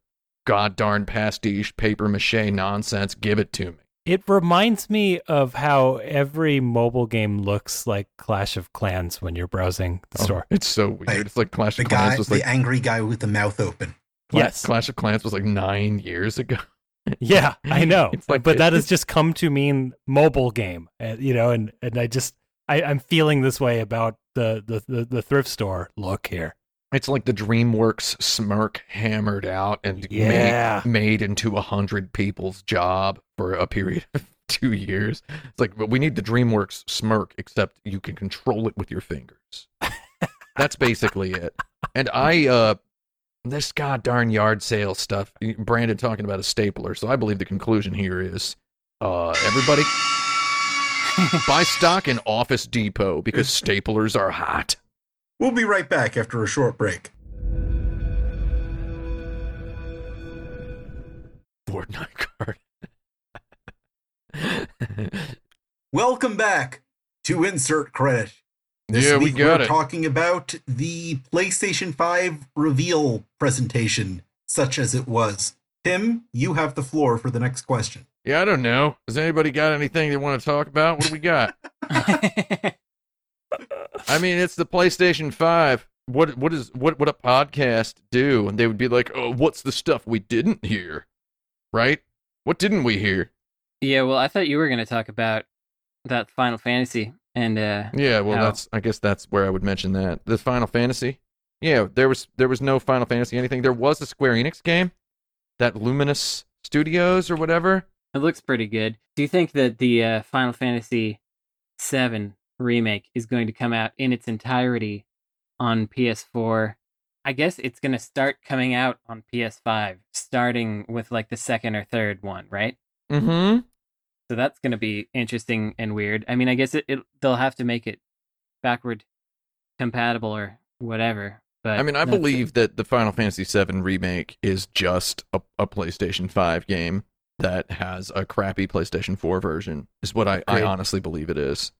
A: god darn pastiche, paper mache nonsense. Give it to me.
D: It reminds me of how every mobile game looks like Clash of Clans when you're browsing the
A: Oh,
D: store.
A: It's so weird.
B: Like,
A: it's like Clash
B: The
A: of Clans
B: guy,
A: was
B: the
A: like
B: angry guy with the mouth open.
A: Cla-
D: Yes.
A: Clash of Clans was like nine years ago.
D: (laughs)
A: (laughs)
D: Yeah, I know.
A: It's like-
D: but that
A: (laughs)
D: has just come to mean mobile game, uh, you know, and, and I just, I, I'm feeling this way about the, the, the, the thrift store look here.
A: It's like the DreamWorks smirk hammered out and made-
D: Yeah.
A: made into a hundred people's job for a period of (laughs) two years. It's like, but we need the DreamWorks smirk, except you can control it with your fingers. That's basically it. And I, uh, this god darn yard sale stuff. Brandon talking about a stapler, so I believe the conclusion here is, uh, everybody buy stock in Office Depot because staplers are hot.
B: We'll be right back after a short break.
A: Fortnite card. (laughs)
B: Welcome back to Insert Credit.
A: Yeah, we got
B: are
A: it.
B: talking about the PlayStation 5 reveal presentation, such as it was. Tim, you have the floor for the next question.
A: yeah, I don't know. Has anybody got anything they want to talk about? What do we got? I mean, it's the PlayStation Five. What what is what would a podcast do? And they would be like, "Oh, what's the stuff we didn't hear?" Right? What didn't we hear?
C: yeah, well, I thought you were going to talk about that Final Fantasy and uh,
A: Yeah, well,
C: No.
A: that's I guess that's where I would mention that the Final Fantasy. Yeah, there was there was no Final Fantasy anything. There was a Square Enix game, that Luminous Studios or whatever.
C: it looks pretty good. Do you think that the uh, Final Fantasy VII remake is going to come out in its entirety on PS4? I guess it's going to start coming out on PS5, starting with like the second or third one, right?
A: Mm-hmm.
C: So that's going to be interesting and weird. I mean, I guess it, it they'll have to make it backward compatible or whatever. But
A: I mean, I
C: that's-
A: believe that the Final Fantasy VII remake is just a, a PlayStation 5 game that has a crappy PlayStation 4 version. Is what I, I
D: Agreed.
A: honestly believe it is.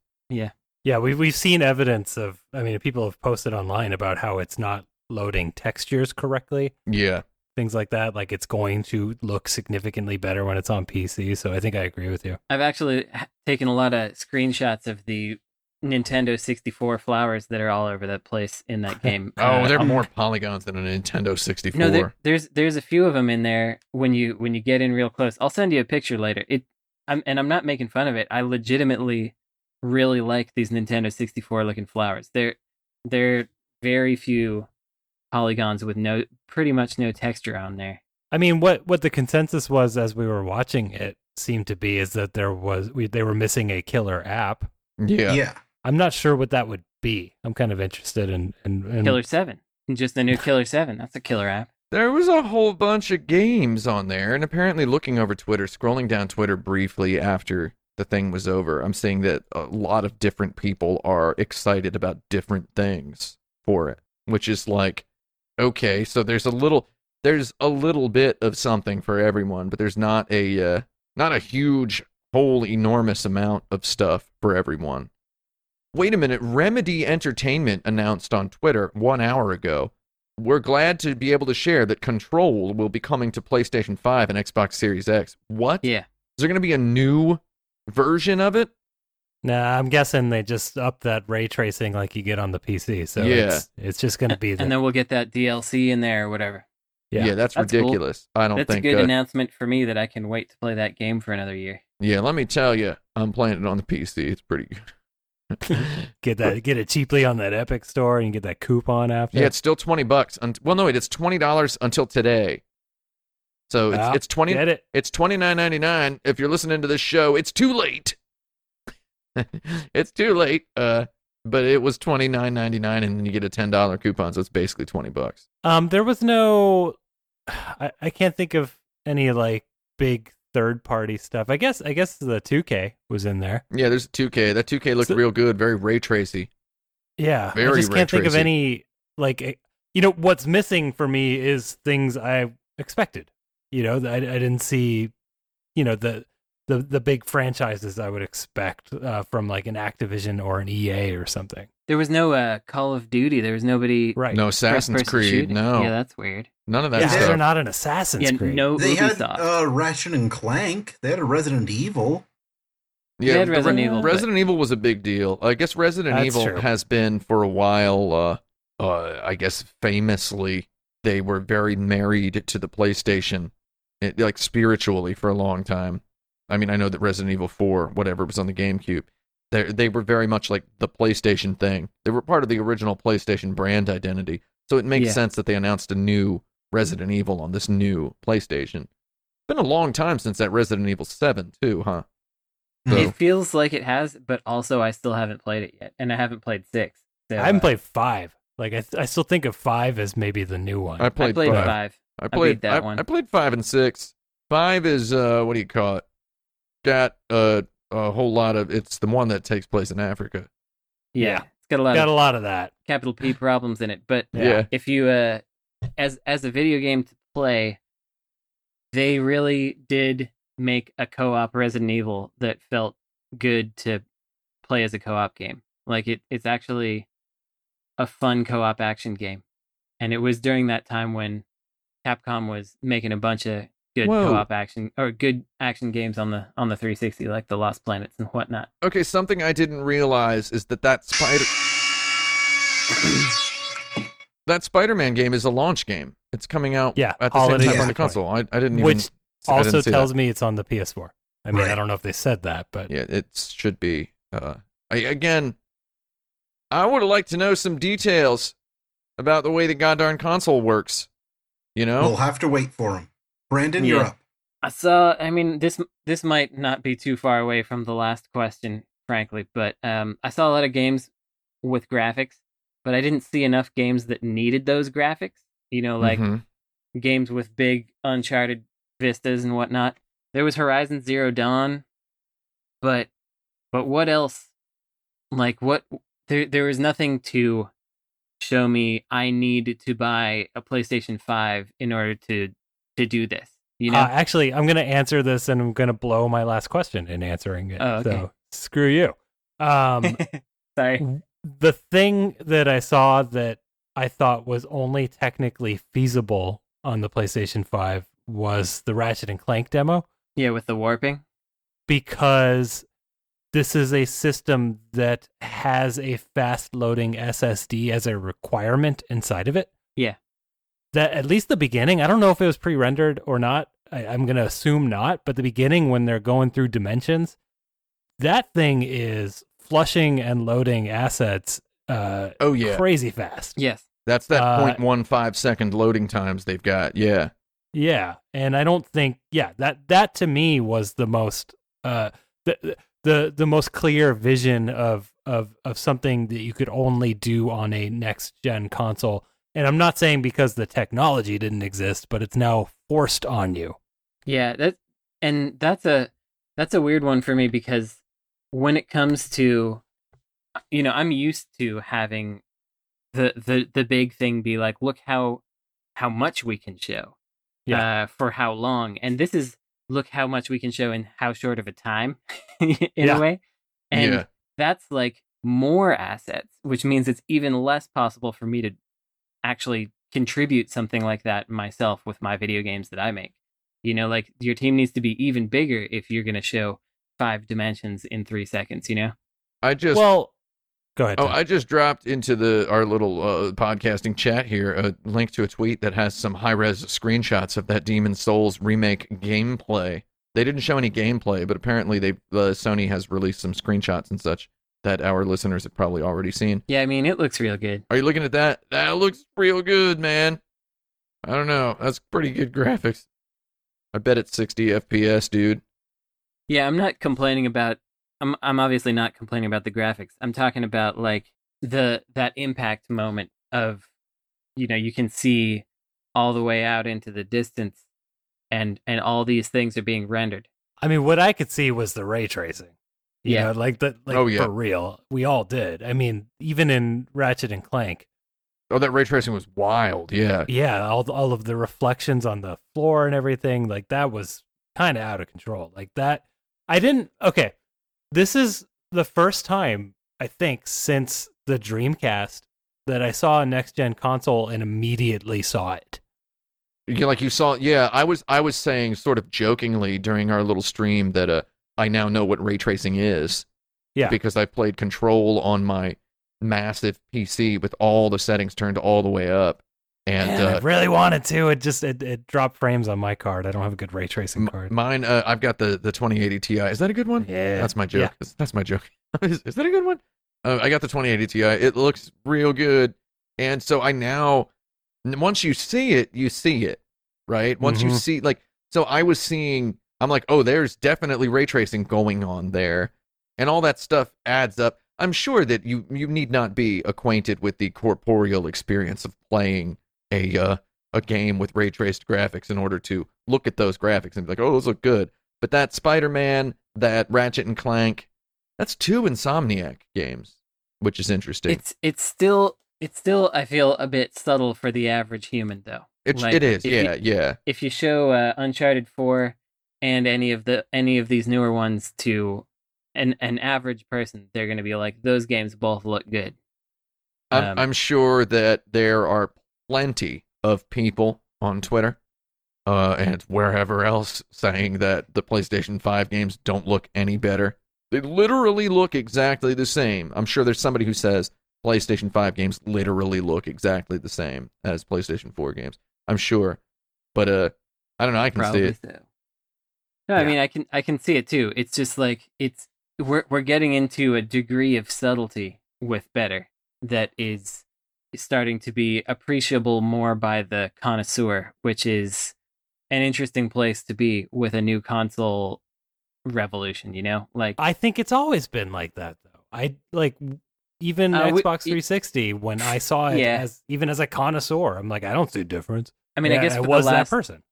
D: Yeah, we've we've seen evidence of. I mean, people have posted online about how it's not loading textures correctly,
A: Yeah.
D: things like that. Like it's going to look significantly better when it's on PC. So I think I agree with you.
C: I've actually h- taken a lot of screenshots of the Nintendo 64 flowers that are all over the place
A: (laughs)
C: in that game.
A: Oh,
C: Uh,
A: there are
C: I'll-
A: more polygons than a Nintendo 64.
C: No, there, there's there's a few of them in there when you when you get in real close. I'll send you a picture later. It, I'm and I'm not making fun of it. I legitimately really like these Nintendo 64 looking flowers. They're they're very few polygons with no pretty much no texture on there.
D: I mean, what what the consensus was as we were watching it seemed to be is that there was we, they were missing a killer app.
A: yeah.
B: yeah.
D: I'm not sure what that would be. I'm kind of interested in in, in
C: Killer Seven, just the new Killer Seven. That's a killer app.
A: There was a whole bunch of games on there, and apparently, looking over Twitter, scrolling down Twitter briefly after the thing was over, I'm seeing that a lot of different people are excited about different things for it, which is like, okay, so there's a little, there's a little bit of something for everyone, but there's not a, uh, not a huge, whole, enormous amount of stuff for everyone. Wait a minute, Remedy Entertainment announced on Twitter one hour ago we're glad to be able to share that Control will be coming to PlayStation 5 and Xbox Series X. What?
C: Yeah.
A: Is there going to be a new version of it?
D: Nah, I'm guessing they just up that ray tracing like you get on the PC. So
A: Yeah.
D: it's, it's just going to be
C: And
D: the
C: then we'll get that DLC in there or whatever.
D: Yeah.
A: that's,
C: That's cool.
A: ridiculous. I don't
C: That's a
A: think.
C: good
A: uh,
C: announcement for me that I can wait to play that game for another year.
A: yeah, let me tell you, I'm playing it on the PC. It's pretty good.
D: get that get it cheaply on that Epic store and you get that coupon after.
A: Yeah, it's still twenty bucks. Un- well, no, wait, it's twenty dollars until today. So it's,
D: Ah,
A: it's twenty.
D: get it.
A: It's twenty nine ninety nine. If you're listening to this show, it's too late. (laughs) it's too late. Uh, but it was twenty nine ninety nine, and then you get a ten dollar coupon, so it's basically twenty bucks.
D: Um, there was no, I, I can't think of any like big third party stuff. I guess I guess the 2K was in there.
A: Yeah, there's two K. That two K looked
D: So-
A: real good, very ray tracy.
D: Yeah, I
A: Very
D: just can't think of
A: ray-tracy.
D: any like eh, you know what's missing for me is things I expected. You know, I, I didn't see, you know the the the big franchises I would expect uh, from like an Activision or an EA or something.
C: There was no uh, Call of Duty. There was nobody.
D: Right.
A: No
C: first
A: Assassin's
C: person
A: Creed.
C: shooting.
A: No,
C: Yeah, that's weird.
A: none of that
D: yeah,
B: That's
A: stuff.
D: they're not an Assassin's
C: yeah,
D: Creed.
C: no
B: They had
C: Ubisoft.
B: uh, Ratchet and Clank. They had a Resident Evil.
A: yeah,
C: They had
A: the
C: Resident
A: Re-
C: Evil, but-
A: Resident Evil was a big deal. I guess Resident
D: That's
A: Evil
D: true.
A: has been for a while. Uh, uh, I guess famously, they were very married to the PlayStation, it, like spiritually for a long time. I mean, I know that Resident Evil Four, whatever was on the GameCube, they they were very much like the PlayStation thing. They were part of the original PlayStation brand identity, so it makes
C: Yeah.
A: sense that they announced a new Resident Evil on this new PlayStation. Been a long time since that Resident Evil Seven, too, huh? So-
C: It feels like it has, but also I still haven't played it yet, and I haven't played six. So,
D: I haven't
C: uh,
D: played five. Like I, th- I still think of five as maybe the new one.
A: I
C: I
A: played,
C: played
A: five.
C: five.
A: I
C: beat
A: played
C: that
A: I,
C: one.
A: I played five and six. Five is uh, what do you call it? Got a a whole lot of. It's the one that takes place in Africa.
C: Yeah,
D: Yeah.
C: it's got a lot
D: Got a
C: of
D: lot of that.
C: capital P problems in it. But
D: Yeah.
C: if you, uh, as as a video game to play, they really did make a co-op Resident Evil that felt good to play as a co-op game. Like it, it's actually a fun co-op action game, and it was during that time when Capcom was making a bunch of good
A: Whoa.
C: co-op action or good action games on the on the 360, like the Lost Planets and whatnot.
A: Okay. Something I didn't realize is that that spider (coughs) that Spider Man game is a launch game. It's coming out
D: Yeah,
A: at the same
D: holiday
A: time on the
D: 2020.
A: console. I, I didn't even.
D: Which
A: I didn't
D: Also
A: see
D: tells
A: that.
D: me it's on the PS4. I mean,
B: Right.
D: I don't know if they said that, but
A: Yeah, it should be. Uh, I, again, I would have liked to know some details about the way the goddamn console works. You know.
B: We'll have to wait for them. Brandon,
C: Yeah.
B: you're up.
C: I saw. I mean, this this might not be too far away from the last question, frankly. But um, I saw a lot of games with graphics, but I didn't see enough games that needed those graphics. You know, like
A: Mhm.
C: games with big uncharted vistas and whatnot. there was Horizon Zero Dawn, but but what else? Like what there there was nothing to show me I need to buy a PlayStation 5 in order to to do this. You know?
D: Uh, actually, I'm going to answer this and I'm going to blow my last question in answering it.
C: Oh, okay.
D: So screw you. Um,
C: (laughs) Sorry.
D: the thing that I saw that I thought was only technically feasible on the PlayStation 5 was the Ratchet and Clank demo
C: Yeah, with the warping.
D: because this is a system that has a fast loading SSD as a requirement inside of it.
C: Yeah.
D: That at least the beginning, I don't know if it was pre rendered or not. I, I'm going to assume not, but the beginning when they're going through dimensions, that thing is flushing and loading assets uh,
A: Oh yeah,
D: crazy fast.
C: Yes.
A: that's that
D: Uh,
A: 0.15 second loading times they've got. Yeah,
D: Yeah, and I don't think yeah that that to me was the most uh the the the most clear vision of of of something that you could only do on a next gen console. And I'm not saying because the technology didn't exist, but it's now forced on you.
C: Yeah, that and that's a that's a weird one for me because when it comes to you know, I'm used to having the the the big thing be like, look how how much we can show.
D: Yeah.
C: Uh, for how long. And this is look how much we can show in how short of a time (laughs) in
D: Yeah.
C: a way. And
A: yeah,
C: that's like more assets, which means it's even less possible for me to actually contribute something like that myself with my video games that I make. You know, like your team needs to be even bigger if you're going to show five dimensions in three seconds, you know?
A: I just
D: well, go ahead.
A: Oh,
D: Tom.
A: I just dropped into the our little uh, podcasting chat here a link to a tweet that has some high res screenshots of that Demon Souls remake gameplay. They didn't show any gameplay, but apparently they uh, Sony has released some screenshots and such that our listeners have probably already seen.
C: Yeah, I mean, it looks real good.
A: Are you looking at that? That looks real good, man. I don't know. That's pretty good graphics. I bet it's 60 FPS, dude.
C: Yeah, I'm not complaining about I'm I'm obviously not complaining about the graphics. I'm talking about like the that impact moment of you know, you can see all the way out into the distance and and all these things are being rendered.
D: I mean, what I could see was the ray tracing. You
C: Yeah.
D: know, like the like
A: Oh, yeah.
D: for real. We all did. I mean, even in Ratchet and Clank,
A: Oh, that ray tracing was wild. Yeah.
D: yeah all, all of the reflections on the floor and everything like that was kind of out of control like that i didn't okay this is the first time i think since the dreamcast that i saw a next gen console and immediately saw it
A: Yeah, like you saw yeah i was i was saying sort of jokingly during our little stream that uh i now know what ray tracing is
D: Yeah.
A: because i played control on my massive pc with all the settings turned all the way up and
D: Man, i
A: uh
D: really wanted to it just it, it dropped frames on my card i don't have a good ray tracing
A: m-
D: card
A: mine uh, i've got the the 2080 ti is that a good one
D: yeah
A: that's my joke that's, that's my joke (laughs) is, is that a good one uh, i got the 2080 ti it looks real good and so i now n- once you see it you see it right once you
D: Mhm.
A: see like so i was seeing i'm like oh there's definitely ray tracing going on there and all that stuff adds up i'm sure that you you need not be acquainted with the corporeal experience of playing a uh, a game with ray traced graphics in order to look at those graphics and be like oh those look good but that spider-man that ratchet and clank that's two insomniac games which is interesting
C: It's it's still it's still I feel a bit subtle for the average human though.
A: It's-
C: like,
A: it is
C: if
A: yeah yeah
C: if you show uh, Uncharted Four and any of the any of these newer ones to an an average person, they're going to be like, those games both look good.
A: I'm,
C: Um,
A: I'm sure that there are plenty of people on Twitter uh, and wherever else saying that the PlayStation 5 games don't look any better. They literally look exactly the same. I'm sure there's somebody who says PlayStation 5 games literally look exactly the same as PlayStation 4 games. I'm sure. But uh, I don't know. I can see
C: Probably
A: it.
C: so. No, I
D: Yeah.
C: mean I can I can see it too. It's just like it's we're we're getting into a degree of subtlety with better that is starting to be appreciable more by the connoisseur, which is an interesting place to be with a new console revolution, you know? Like
D: I think it's always been like that though. I like even
C: Uh, we-
D: Xbox
C: y-
D: 360 when I saw it
C: Yeah.
D: as even as a connoisseur, I'm like I don't see a difference.
C: I mean, I
D: Yeah,
C: guess
D: I
C: for
D: was
C: the last
D: that person.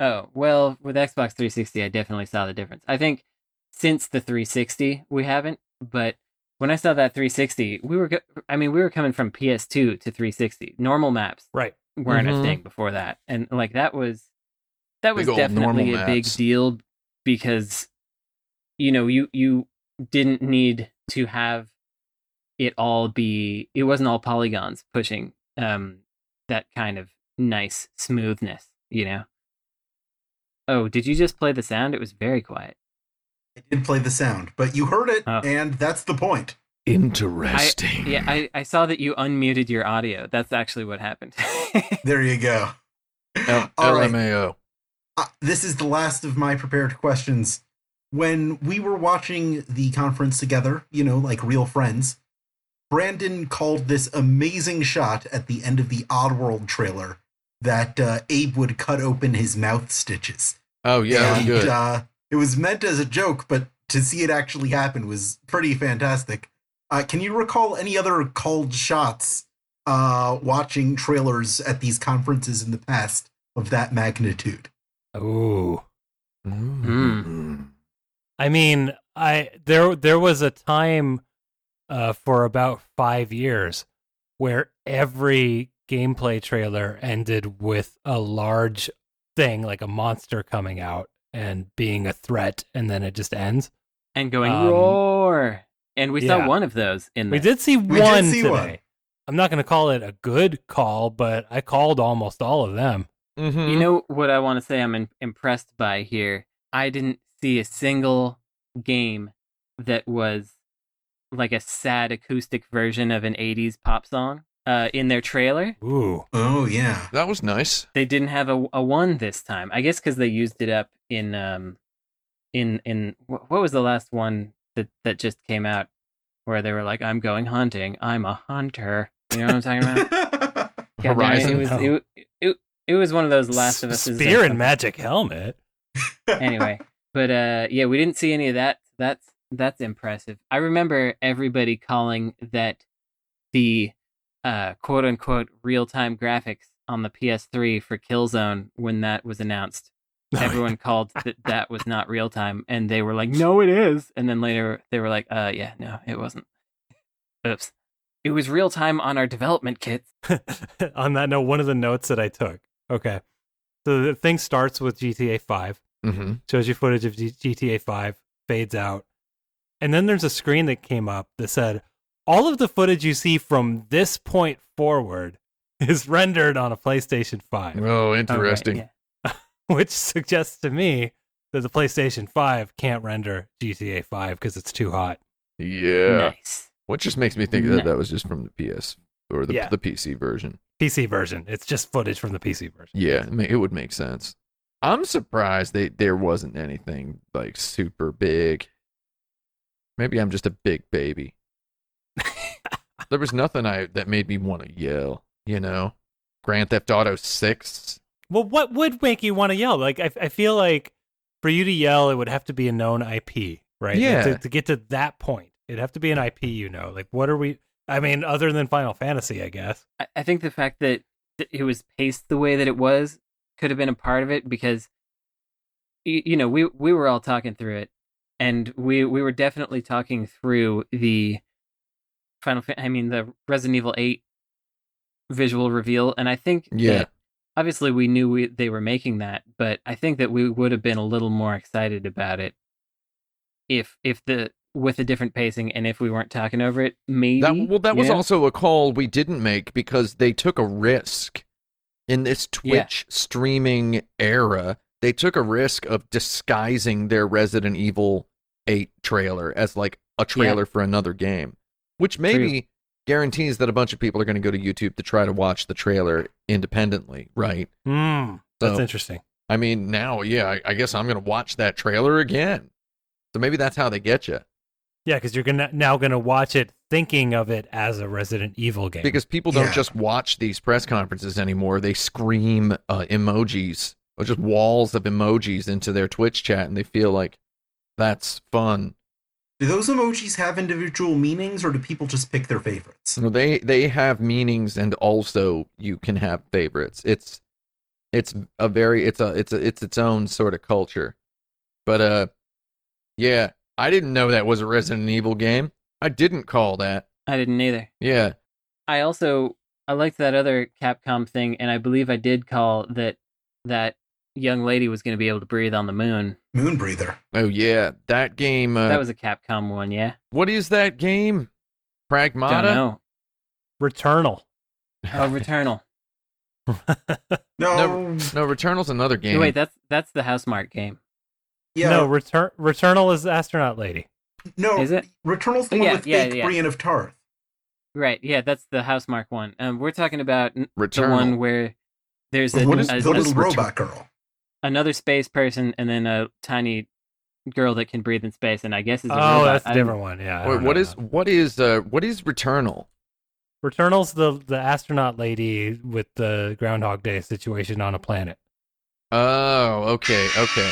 C: Oh, well, with Xbox 360, I definitely saw the difference. I think since the 360, we haven't, but when I saw that 360, we were, go- I mean, we were coming from PS2 to 360. Normal maps
D: Right.
C: weren't
D: Mm-hmm.
A: Mhm.
C: a thing before that. And like that was, that was
A: Big old
C: definitely
A: normal
C: a big
A: maps.
C: deal because, you know, you, you didn't need to have it all be, it wasn't all polygons pushing, um, that kind of nice smoothness, you know? Oh, did you just play the sound? It was very quiet.
B: I did play the sound, but you heard it,
C: Oh.
B: and that's the point.
A: Interesting.
C: Yeah, I, I saw that you unmuted your audio. That's actually what happened. (laughs)
B: There you go.
A: L-
B: All right.
A: LMAO.
B: Uh, this is the last of my prepared questions. When we were watching the conference together, you know, like real friends, Brandon called this amazing shot at the end of the Oddworld trailer that uh, Abe would cut open his mouth stitches.
A: Oh yeah, that was
B: And,
A: good.
B: Uh, it was meant as a joke, but to see it actually happen was pretty fantastic. Uh, can you recall any other called shots uh, watching trailers at these conferences in the past of that magnitude?
D: Ooh.
A: Mm.
D: I mean, I there there was a time uh, for about five years where every gameplay trailer ended with a large thing like a monster coming out and being a threat, and then it just ends.
C: and going
D: Um,
C: roar. And we
D: yeah.
C: saw one of those in
D: We
C: there.
D: did see
B: We did
D: one
B: see
D: today.
B: one.
D: I'm not going to call it a good call, but I called almost all of them.
A: Mhm.
D: Mm-hmm.
C: You know what I want to say I'm im- impressed by here? I didn't see a single game that was like a sad acoustic version of an 80s pop song uh, in their trailer.
D: Ooh,
B: Oh yeah.
A: that was nice.
C: they didn't have a, a one this time. I guess because they used it up in um in in wh- what was the last one that that just came out where they were like, "I'm going hunting. I'm a hunter." You know what I'm talking
D: (laughs)
C: about? God damn it,
A: Horizon?
C: It was it, it, it was one of those Last of Us
D: Oh. spear and magic helmet.
C: (laughs) anyway, but uh, yeah, we didn't see any of that. That's that's impressive. I remember everybody calling that the uh, quote unquote real time graphics on the PS3 for Killzone when that
A: (laughs)
C: was announced.
A: Oh,
C: Everyone called that that was not real time, and they were like, "No, it is." And then later they were like, "Uh, yeah, no, it wasn't. Oops, it was real time on our development kits."
D: (laughs) on that note, one of the notes that I took. Okay. So the thing starts with GTA 5,
A: Mm-hmm.
D: shows you footage of G- GTA 5, fades out. And then there's a screen that came up that said, all of the footage you see from this point forward (laughs) is rendered on a PlayStation 5,
A: Oh,
C: Oh, right,
A: interesting.
C: yeah.
D: (laughs) which suggests to me that the PlayStation 5 can't render GTA 5 because it's too hot.
A: yeah.
C: Nice.
A: Which just makes me think
C: No.
A: that that was just from the PS or the,
D: Yeah.
A: the PC version.
D: PC version. It's just footage from the PC version.
A: Yeah, I mean, it would make sense. I'm surprised they there wasn't anything like super big. Maybe I'm just a big baby. there was nothing I that made me want to yell. You know, Grand Theft Auto Six.
D: Well, what would make you want to yell? Like, I, I feel like for you to yell, it would have to be a known IP, right? Like,
A: Yeah.
D: to, to get to that point, it'd have to be an IP, you know. Like, what are we? I mean, other than Final Fantasy, I guess.
C: I- I think the fact that th- it was paced the way that it was could have been a part of it because y- you know we we were all talking through it and we we were definitely talking through the final Fan- I mean the Resident Evil 8 visual reveal and I think
A: Yeah.
C: that- obviously we knew we, they were making that but I think that we would have been a little more excited about it if if the with a different pacing and if we weren't talking over it maybe
A: That well, that was
C: yeah?
A: also a call we didn't make because they took a risk in this Twitch streaming era. They took a risk of disguising their Resident Evil 8 trailer as like a trailer for another game, which maybe guarantees that a bunch of people are going to go to YouTube to try to watch the trailer independently, right?
D: Hmm. That's
A: So-
D: interesting.
A: I mean, now, yeah, I, I guess I'm going to watch that trailer again. So maybe that's how they get you.
D: Yeah, because you're gonna now gonna watch it, thinking of it as a Resident Evil game.
A: because people don't
B: Yeah.
A: just watch these press conferences anymore. They scream uh, emojis or just walls of emojis into their Twitch chat, and they feel like that's fun.
B: Do those emojis have individual meanings, or do people just pick their favorites?
A: So they they have meanings, and also you can have favorites. It's it's a very it's a it's a, it's its own sort of culture. But uh, yeah, I didn't know that was a Resident Evil game. I didn't call that.
C: I didn't either.
A: Yeah,
C: I also I liked that other Capcom thing, and I believe I did call that that young lady was going to be able to breathe on the moon.
B: Moon Breather.
A: oh yeah, that game. Uh,
C: that was a Capcom one, yeah.
A: what is that game?
C: Don't
A: Pragmata.
C: know.
D: Returnal.
C: Oh, Returnal.
B: No,
A: No, Returnal's another game.
C: Wait, that's that's the House Mark game.
B: yeah,
D: No, return Returnal is Astronaut Lady.
B: no.
C: Is it?
B: Returnal's the one
C: Yeah,
B: with
C: yeah,
B: fake
C: yeah.
B: Brienne of Tarth.
C: Right. Yeah, that's the House Mark one. Um, we're talking about n- the
A: Returnal.
C: one where there's a,
B: what is
C: a-
B: the
C: a-
B: little
A: return-
B: robot girl?
C: another space person and then a tiny girl that can breathe in space, and I guess is a
D: oh,
C: robot.
D: that's a
C: I-
D: different one. Yeah. I
A: Wait,
D: don't
A: what
D: know
A: is
D: that.
A: what is uh what is Returnal?
D: Returnal's the the astronaut lady with the Groundhog Day situation on a planet.
A: Oh, okay, okay.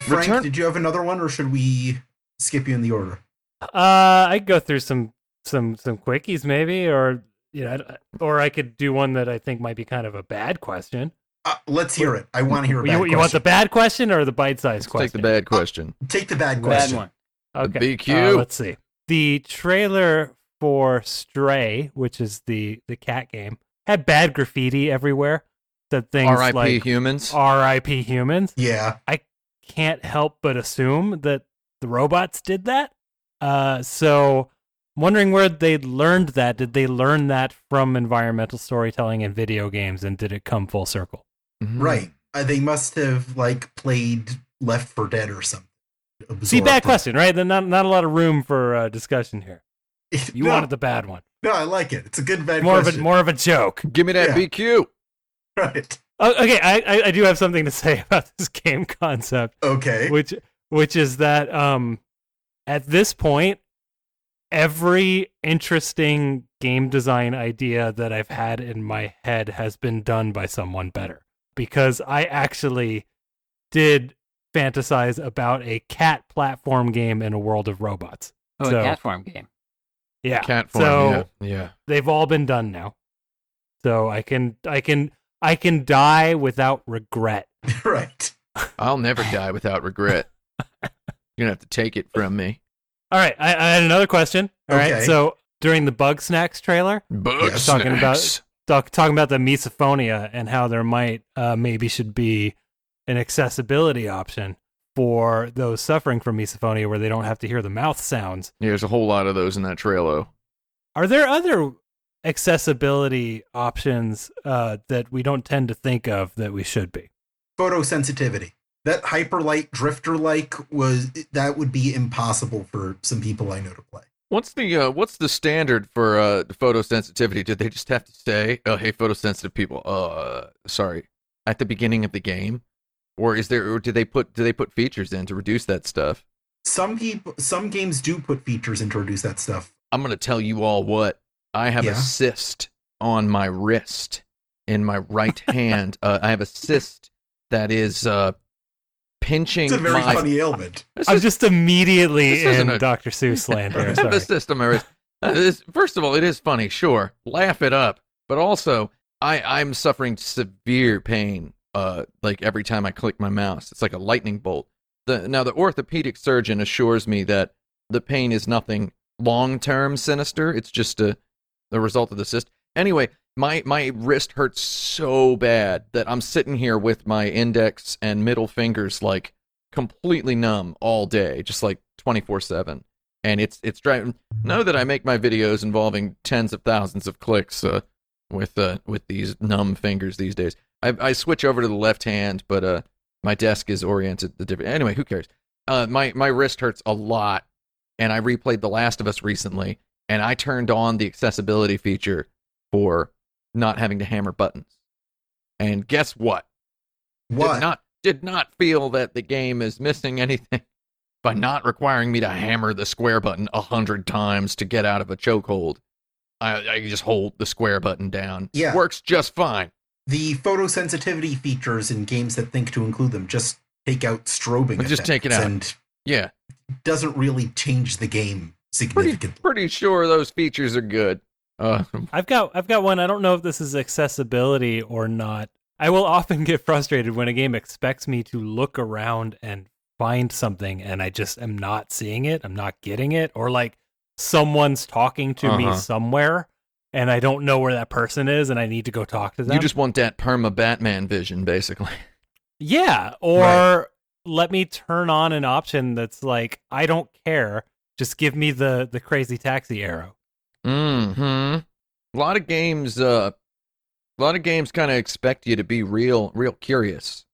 B: Frank,
A: Return-
B: did you have another one, or should we skip you in the order?
D: Uh, I could go through some some some quickies maybe, or you know, I- or I could do one that I think might be kind of a bad question.
B: Uh, let's hear it. I want to hear a
D: You,
B: bad
D: you want the
B: question.
D: bad question or the bite-sized
A: Let's take the
D: question?
A: bad question.
D: Uh,
B: Take the bad
C: Bad
B: question.
C: one.
A: The
D: Okay.
A: BQ.
D: Uh, let's see. The trailer for Stray, which is the the cat game, had bad graffiti everywhere. Said things
A: R.I.P.
D: like
A: humans.
D: "R.I.P. humans."
B: Yeah,
D: can't help but assume that the robots did that. Uh, so I'm wondering where they learned that. Did they learn that from environmental storytelling and video games, and did it come full circle?
A: Mhm.
B: right. Uh, they must have like played Left for Dead or something.
D: See,
B: Absorbed
D: bad
B: it.
D: question, right? Then not not a lot of room for uh, discussion here. You
B: no,
D: wanted the bad one,
B: no, I like it. It's a good bad
D: more of a
B: (laughs) question.
D: more of a joke.
A: Give me that
B: Yeah.
A: BQ.
B: Right.
D: Oh, okay, I, I I do have something to (laughs) say about this game concept.
A: (laughs)
B: Okay.
D: which which is that um at this point every interesting game design idea that i've had in my head has been done by someone better because i actually did fantasize about a cat platform game in a world of robots
C: Oh,
D: So-
C: a cat farm game.
D: yeah
A: Cat form.
D: so
A: yeah. yeah.
D: they've all been done now so i can i can i can die without regret
B: (laughs) right.
A: I'll never die without
D: (laughs)
A: regret. You're gonna have to take it from me.
D: all right i, I had another question All right.
B: Okay.
D: so during the bug snacks trailer
A: Bug
B: Yeah,
D: talking about-
A: snacks.
D: talk, talking about the misophonia and how there might uh, maybe should be an accessibility option for those suffering from misophonia where they don't have to hear the mouth sounds.
A: Yeah, there's a whole lot of those in that trailer.
D: Are there other accessibility options uh, that we don't tend to think of that we should be?
B: Photosensitivity. That hyperlight drifter like was that would be impossible for some people I know to play.
A: What's the uh, what's the standard for uh, photosensitivity? Did they just have to say, "Oh, hey, photosensitive people"? Uh, sorry, at the beginning of the game, or is there? Or do they put do they put features in to reduce that stuff?
B: Some people some games do put features in to reduce that stuff.
A: I'm gonna tell you all what I have
B: Yeah.
A: a cyst on my wrist in my
D: (laughs)
A: right hand. Uh, I have a cyst that is uh, pinching
B: It's a very
A: my. (laughs)
B: funny ailment.
A: This
B: (laughs)
D: I'm
A: is-
D: just immediately
A: this isn't
D: in
A: a- (laughs)
D: Dr. Seuss land
A: I
D: here.
A: have a
D: Sorry.
A: cyst on my
D: (laughs)
A: wrist. Uh, this- first of all, it is funny, sure, laugh it up, but also I I'm suffering severe pain. Uh, like every time I click my mouse, it's like a lightning bolt. The now the orthopedic surgeon assures me that the pain is nothing long term sinister. It's just a the result of the cyst. Anyway, my my wrist hurts so bad that I'm sitting here with my index and middle fingers like completely numb all day, just like 24 seven. And it's it's driving. Know that I make my videos involving tens of thousands of clicks uh, with uh, with these numb fingers these days. I, I switch over to the left hand, but uh, my desk is oriented the different. Anyway, who cares? Uh, my my wrist hurts a lot, and I replayed The Last of Us recently, and I turned on the accessibility feature for not having to hammer buttons. And guess what?
B: What?
A: Did not did not feel that the game is missing anything (laughs) by not requiring me to hammer the square button a hundred times to get out of a chokehold. I, I just hold the square button down.
B: Yeah.
A: Works just fine.
B: the photosensitivity features in games that think to include them just take out strobing.
A: Just take it
B: effects
A: out.
B: and
A: Yeah.
B: doesn't really change the game
A: Pretty
B: significantly.
A: pretty sure those features are good. Uh,
D: I've got I've got one. I don't know if this is accessibility or not. I will often (laughs) get frustrated when a game expects me to look around and find something and I just am not seeing it. I'm not getting it or like someone's talking to me
A: Uh-huh.
D: somewhere and I don't know where that person is and I need to go talk to them.
A: you just want that perma Batman vision, basically.
D: Yeah, or
B: Right.
D: let me turn on an option that's like I don't care. Just give me the the crazy taxi arrow.
A: Hmm. A lot of games. Uh, a lot of games kind of expect you to be real, real curious.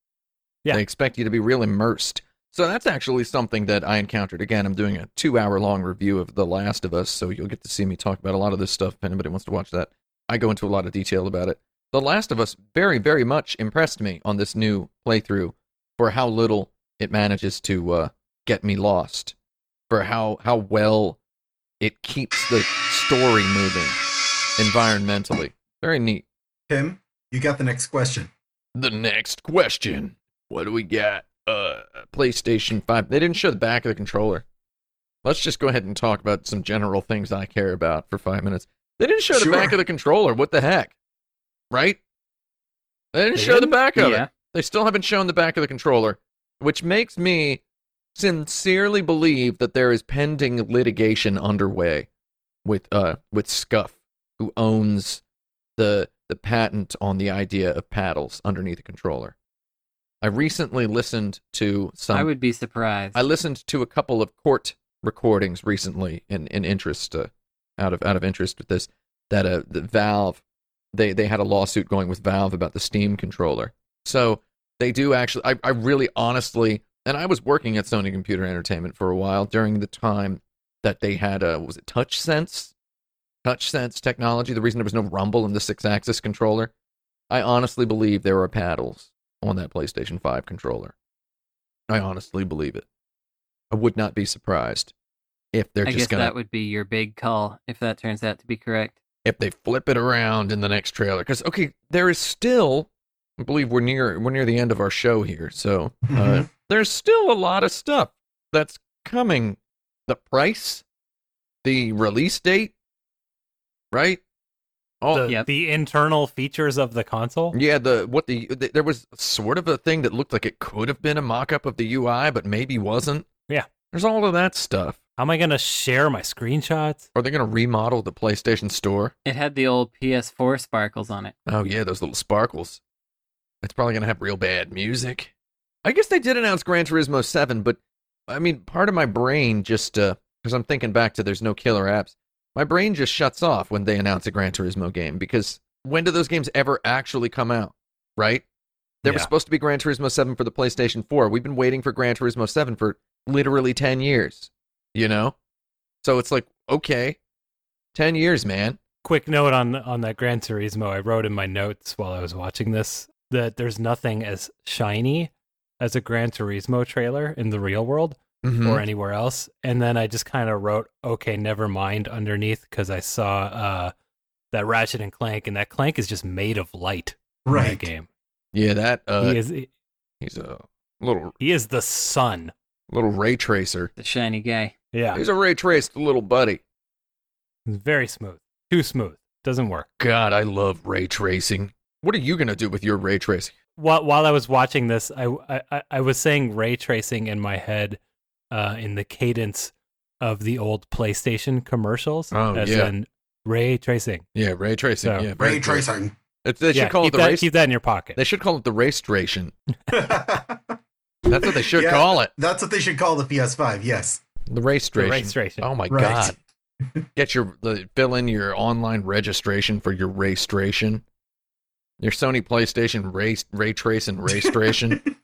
D: Yeah.
A: They expect you to be real immersed. So that's actually something that I encountered. Again, I'm doing a two hour long review of The Last of Us, so you'll get to see me talk about a lot of this stuff if anybody wants to watch that. I go into a lot of detail about it. The Last of Us very, very much impressed me on this new playthrough for how little it manages to uh, get me lost, for how, how well it keeps the story moving environmentally. Very neat.
B: Tim, you got the next question.
A: The next question. What do we got? Uh PlayStation 5. They didn't show the back of the controller. Let's just go ahead and talk about some general things I care about for 5 minutes. They didn't show the
B: Sure.
A: back of the controller. What the heck? Right? They didn't
D: They
A: show
D: didn't?
A: the back of it.
C: yeah.
A: They still haven't shown the back of the controller, which makes me sincerely believe that there is pending litigation underway with uh with Scuff, who owns the the patent on the idea of paddles underneath the controller. I recently listened to some
C: I would be surprised.
A: I listened to a couple of court recordings recently in in interest uh, out of out of interest with this that uh the Valve they they had a lawsuit going with Valve about the Steam controller. So they do actually I, I really honestly and I was working at Sony Computer Entertainment for a while during the time that they had uh was it touch sense touch sense technology the reason there was no rumble in the 6 axis controller I honestly believe there are paddles on that PlayStation 5 controller. I honestly believe it. I would not be surprised if they're
C: I guess
A: just gonna
C: that would be your big call if that turns out to be correct.
A: if they flip it around in the next trailer. Because okay, there is still, I believe we're near we're near the end of our show here, so uh,
B: Mhm.
D: Mm-hmm.
A: there's still a lot of stuff that's coming. The price, the release date, right? All,
D: the,
C: Yep.
D: the internal features of the console.
A: Yeah, the what the, th there was sort of a thing that looked like it could have been a mock-up of the UI, but maybe wasn't.
D: Yeah.
A: there's all of that stuff.
D: How am I going to share my screenshots?
A: Are they going to remodel the PlayStation Store?
C: It had the old PS4 sparkles on it.
A: Oh yeah, those little sparkles. It's probably going to have real bad music. I guess they did announce Gran Turismo Seven, but I mean, part of my brain just because I'm thinking back to there's no killer apps. My brain just shuts off when they announce a Gran Turismo game because when do those games ever actually come out? Right? They were
D: Yeah.
A: supposed to be Gran Turismo 7 for the PlayStation 4. We've been waiting for Gran Turismo 7 for literally 10 years, you know? So it's like, okay, 10 years, man.
D: Quick note on on that Gran Turismo. I wrote in my notes while I was watching this that there's nothing as shiny as a Gran Turismo trailer in the real world
A: Mm-hmm.
D: or anywhere else. And then I just kind of wrote, "Okay, never mind." Underneath because I saw uh, that Ratchet and Clank, and that Clank is just made of light. in that
B: Right.
D: game.
A: Yeah, that, uh,
D: he is
A: he's a little,
D: he is the sun.
A: little ray tracer.
C: The shiny guy.
D: Yeah,
A: He's a ray traced little buddy.
D: very smooth. Too smooth. Doesn't work.
A: God, I love ray tracing. What are you going to do with your ray tracing?
D: while while I was watching this, I I, I- I was saying ray tracing in my head, uh, in the cadence of the old PlayStation commercials,
A: Oh,
D: as
A: yeah.
D: in ray tracing.
A: Yeah, ray tracing.
D: So-
A: yeah,
B: Ray
A: very cool.
B: tracing.
A: It's- They should
D: Yeah,
A: call it
D: keep
A: the
D: that,
A: race.
D: Keep that in your pocket.
A: They should call it the race tration.
B: (laughs) That's
A: That's what they should
B: (laughs) Yeah.
A: call it.
B: what they should call the PS5. Yes.
A: The race
D: The
A: tration.
D: race tration.
A: Oh my
B: Right.
A: god! Get your the, fill in your online registration for your race tration. Your Sony PlayStation race ray trace and
B: (laughs)
A: race (laughs) tration.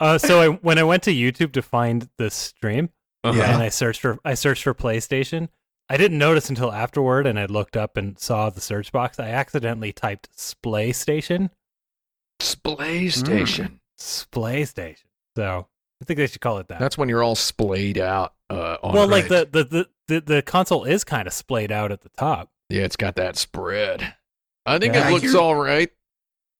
D: Uh, so I, when I went to YouTube to find this stream,
A: Uh-huh.
B: Yeah.
D: and I searched for I searched for PlayStation. I didn't notice until afterward, and I looked up and saw the search box. I accidentally typed "splay station,"
A: Splay station.
D: Mm. "splay station." So I think they should call it that.
A: That's when you're all splayed out. Uh, on
D: well, like
A: red.
D: the the, the, the the console is kind of splayed out at the top.
A: yeah, it's got that spread. I think
D: Yeah.
A: it looks
B: You're-
A: all right.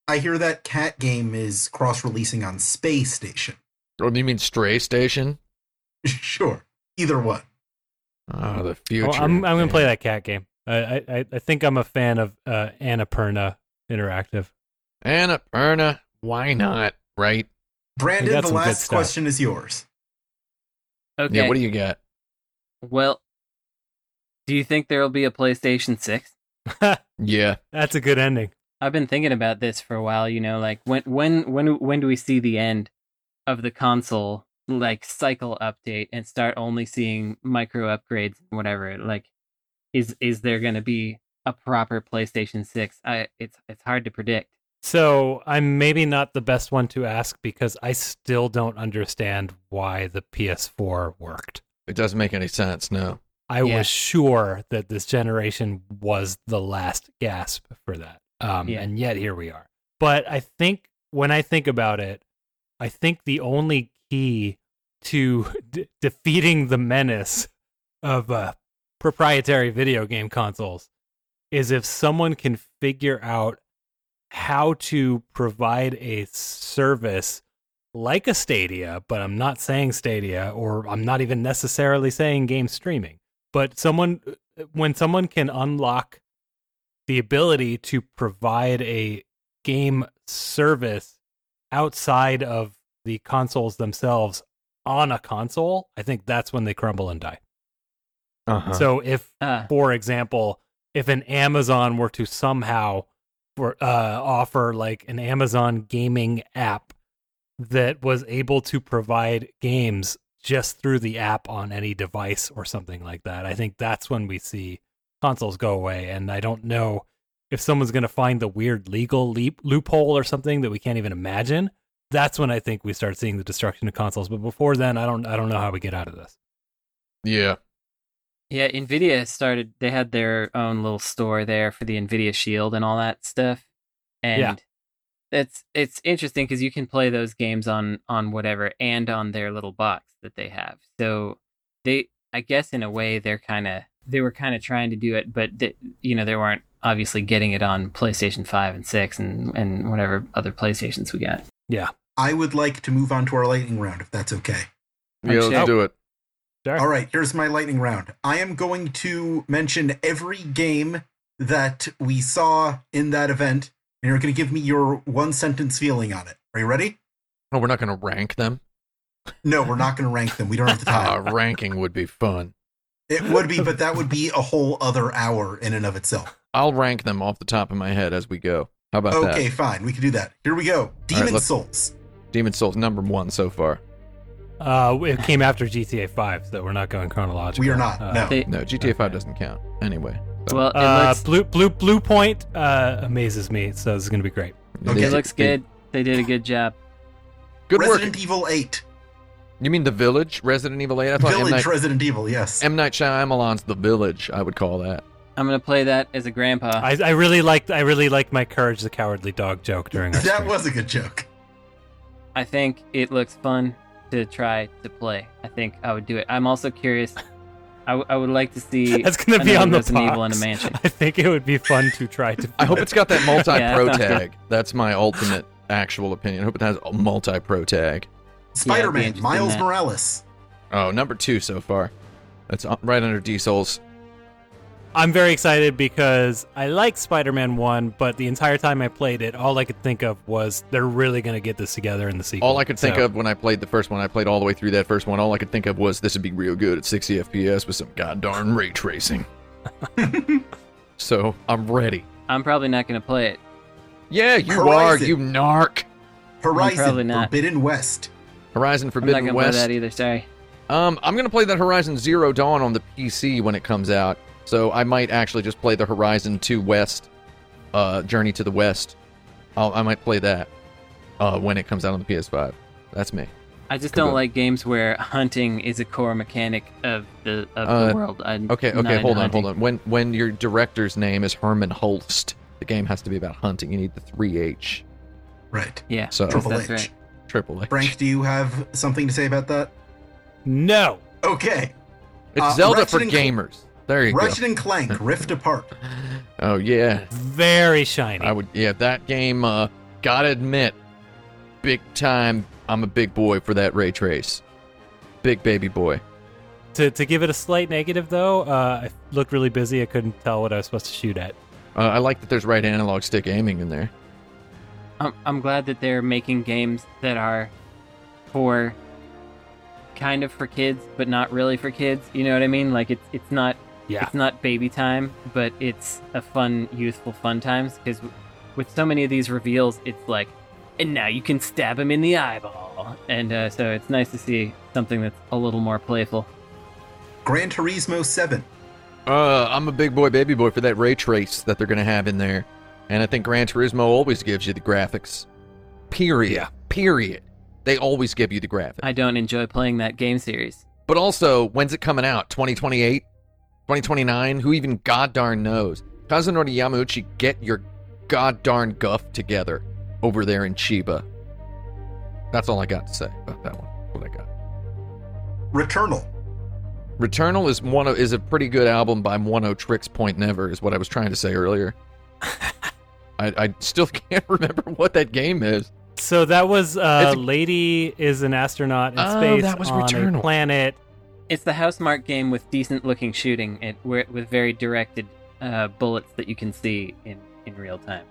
B: I hear that cat game is cross releasing on Space Station. (laughs)
A: Or Oh, you mean stray station?
B: sure. Either one.
A: Oh, the future.
D: Well, Oh, I'm I'm gonna
A: man.
D: play that cat game. I, I, I think I'm a fan of uh, Annapurna Interactive.
A: Annapurna, why not? Right?
B: Brandon,
D: got
B: the
D: some good
B: last
D: stuff.
B: question is yours.
C: Okay.
A: Yeah. What do you got?
C: well, do you think there will be a PlayStation 6?
A: Yeah.
D: That's a good ending.
C: I've been thinking about this for a while, you know, like when when when when do we see the end of the console like cycle update and start only seeing micro upgrades whatever like is is there going to be a proper PlayStation 6? I it's it's hard to predict.
D: So I'm maybe not the best one to ask because I still don't understand why the PS4 worked.
A: It doesn't make any sense. No.
D: I
C: Yeah.
D: was sure that this generation was the last gasp for that. Um,
C: Yeah.
D: And yet here we are. But I think when I think about it, I think the only key to (laughs) de- defeating the menace of uh, proprietary video game consoles is if someone can figure out how to provide a service like a Stadia, but I'm not saying Stadia or I'm not even necessarily saying game streaming. But someone, when someone can unlock the ability to provide a game service outside of the consoles themselves on a console, I think that's when they crumble and die.
A: Uh-huh.
D: So if
C: Uh
D: for example, if an Amazon were to somehow for, uh, offer like an Amazon gaming app that was able to provide games just through the app on any device or something like that, I think that's when we see consoles go away. And I don't know if someone's going to find the weird legal leap, loophole or something that we can't even imagine. That's when I think we start seeing the destruction of consoles. But before then, I don't, I don't know how we get out of this.
A: yeah.
C: Yeah, Nvidia started. They had their own little store there for the Nvidia Shield and all that stuff, and
D: Yeah.
C: that's it's interesting because you can play those games on on whatever and on their little box that they have. So they, I guess, in a way, they're kind of they were kind of trying to do it, but they, you know they weren't obviously getting it on PlayStation Five and Six and and whatever other PlayStations we got.
B: I would like to move on to our lightning round, if that's okay.
A: Yeah, let's
C: sure.
A: do it.
D: Sure.
B: All right, here's my lightning round. I am going to mention every game that we saw in that event, and you're going to give me your one sentence feeling on it. Are you ready?
A: Oh, we're not going to rank them.
B: No, we're not going to rank them. We
A: (laughs)
B: don't have the time.
A: Uh, ranking would be fun.
B: It would be, but that would be a whole other hour in and of itself.
A: I'll rank them off the top of my head as we go. How about
B: Okay, fine. We can do that. Here we go. Demon
A: let's-
B: Souls.
A: that? Demon Souls number one so far.
D: Uh, it came after GTA 5, so we're not going chronological.
B: We are not,
D: Uh,
B: no.
C: They,
A: No, GTA Five doesn't count. Anyway, so-
C: well, it
D: Uh,
C: looks
D: blue, blue, blue point uh, amazes me, so this is gonna be great.
B: okay.
C: it looks good. They did a good job.
A: Good
B: Resident
A: work.
B: Evil 8.
A: You mean the Village, Resident Evil Eight? I thought M
B: Village
A: Night,
B: Resident Evil, yes.
A: M Night Shyamalan's The Village. I would call that.
C: I'm gonna play that as a grandpa.
D: I, I really liked, I really liked my courage the cowardly dog joke during our
B: (laughs) that
D: stream.
B: was a good joke.
C: I think it looks fun to try to play. I think I would do it. I'm also curious. I, w- I would like to see.
D: (laughs) That's gonna be
C: another
D: on the
C: Resident Evil
D: box.
C: in a mansion.
D: (laughs) I think it would be fun to try
C: (laughs)
D: to.
A: I hope it's got that multi pro
C: Yeah.
A: tag. That's my ultimate actual opinion. I hope it has a multi pro tag.
B: Spider Man,
C: interested in
B: Miles
C: that.
B: Morales.
A: Oh, number two so far. That's uh, right under D Souls.
D: I'm very excited because I like Spider-Man One, but the entire time I played it, all I could think of was they're really gonna get this together in the sequel.
A: All I could think
D: So,
A: of when I played the first one, I played all the way through that first one. All I could think of was this would be real good at 60 FPS with some goddamn ray
C: (laughs)
A: tracing. so I'm ready.
C: I'm probably not gonna play it.
A: Yeah, you
B: Horizon.
A: are, you narc.
C: probably
B: Horizon,
C: not.
B: Forbidden West.
A: Horizon
C: I'm not
A: Forbidden
C: gonna
A: West.
C: play that either. Sorry.
A: Um, I'm gonna play that Horizon Zero Dawn on the PC when it comes out, so I might actually just play the Horizon Two West, uh, Journey to the West. I'll, I might play that uh, when it comes out on the PS5. That's me.
C: I just
A: Cool.
C: don't like games where hunting is a core mechanic of the of
A: Uh,
C: the world. i
A: Okay, okay, hold on, hold on. When when your director's name is Herman Holst, the game has to be about hunting. You need the three H,
B: Right.
C: Yeah.
A: So-
B: Triple
C: Oh. that's
B: H.
C: right.
A: triple H.
B: Frank, do you have something to say about that?
D: no.
B: Okay.
A: it's
B: uh,
A: Zelda
B: Ratchet
A: for
B: and Clank-
A: gamers. There you
B: Ratchet and Clank, Rift Apart.
A: go. Oh yeah,
D: Very shiny.
A: I would. Yeah, that game. Uh, gotta admit, big time. I'm a big boy for that ray trace. Big baby boy.
D: To, to give it a slight negative, though, uh, I looked really busy. I couldn't tell what I was supposed to shoot at.
A: Uh, I like that there's right analog stick aiming in there.
C: I'm, I'm glad that they're making games that are for kind of for kids, but not really for kids. You know what I mean? Like it's it's not
D: Yeah.
C: it's not baby time, but it's a fun, youthful fun times because with so many of these reveals, it's like, and now you can stab him in the eyeball, and uh, so it's nice to see something that's a little more playful.
B: Gran Turismo 7.
A: Uh, I'm a big boy, baby boy for that ray trace that they're gonna have in there, and I think Gran Turismo always gives you the graphics. Period. Period. They always give you the graphics.
C: I don't enjoy playing that game series.
A: But also, when's it coming out? 2028? 2029? Who even god darn knows? Kazunori Yamauchi, get your god darn guff together over there in Chiba. That's all I got to say about that one. That's What I got.
B: Returnal.
A: Returnal is one of, is a pretty good album by One O Tricks Point Never is what I was trying to say earlier. (laughs) I, I still (laughs) can't remember what that game is.
D: (laughs) So that was uh,
A: It's a-
D: Lady is an astronaut in
A: Oh,
D: space
A: that was
D: on
A: Returnal.
D: a planet.
C: It's the house mark game with decent looking shooting, it, where, with very directed uh, bullets that you can see in, in real time.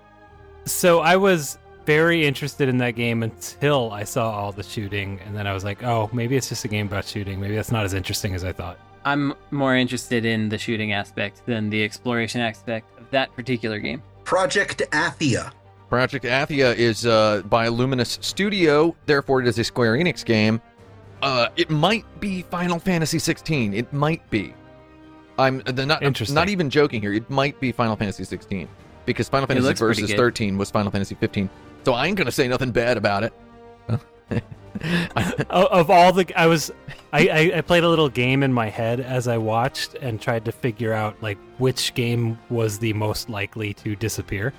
D: So I was very interested in that game until I saw all the shooting, and then I was like, oh, maybe it's just a game about shooting. Maybe that's not as interesting as
A: (laughs)
D: I thought.
C: I'm more interested in the shooting aspect than the exploration aspect of that particular game.
B: Project Athia.
A: Project Athia is uh, by Luminous Studio, therefore it is a Square Enix game. Uh, it might be Final Fantasy 16. It might be. I'm uh, the not I'm
D: Interesting.
A: not even joking here. It might be Final Fantasy 16 because Final Fantasy
C: looks pretty
A: Versus
C: good.
A: 13 was Final Fantasy 15. So I ain't gonna say nothing bad about it.
D: O- of all the i was I, I i played a little game in my head as i watched and tried to figure out like which game was the most likely to disappear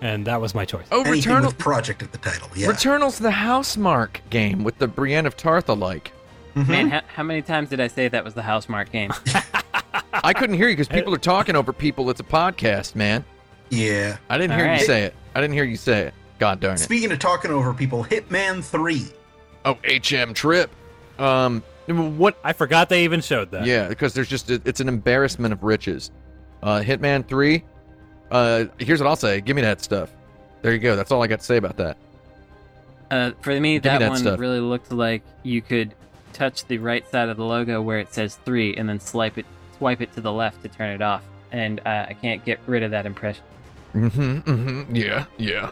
D: and that was my choice
A: Oh,
B: Anything
A: Returnal.
B: with project at the title. Yeah.
A: Returnal's the house mark game with the Brienne of Tarth
C: (laughs)
A: alike.
B: Mhm.
C: Man, how, how many times did I say that was the house mark game?
A: I couldn't hear you because people are talking over people. It's a podcast, man.
B: Yeah.
A: I didn't
C: All
A: hear
C: right.
A: you say it. I didn't hear you say it. God darn it.
B: Speaking of talking over people, Hitman 3.
A: Oh, HM Trip. Um, what?
D: i forgot they even showed that
A: Yeah, because there's just it's an embarrassment of riches. Uh, Hitman Three. Uh, here's what I'll say. Give me that stuff. There you go. That's all I got to say about that.
C: Uh, for me,
A: Give me
C: that,
A: that
C: one
A: stuff.
C: really looked like you could touch the right side of the logo where it says three, and then swipe it, swipe it to the left to turn it off. And uh, I can't get rid of that impression.
A: Mm-hmm. Mm-hmm. Yeah. Yeah.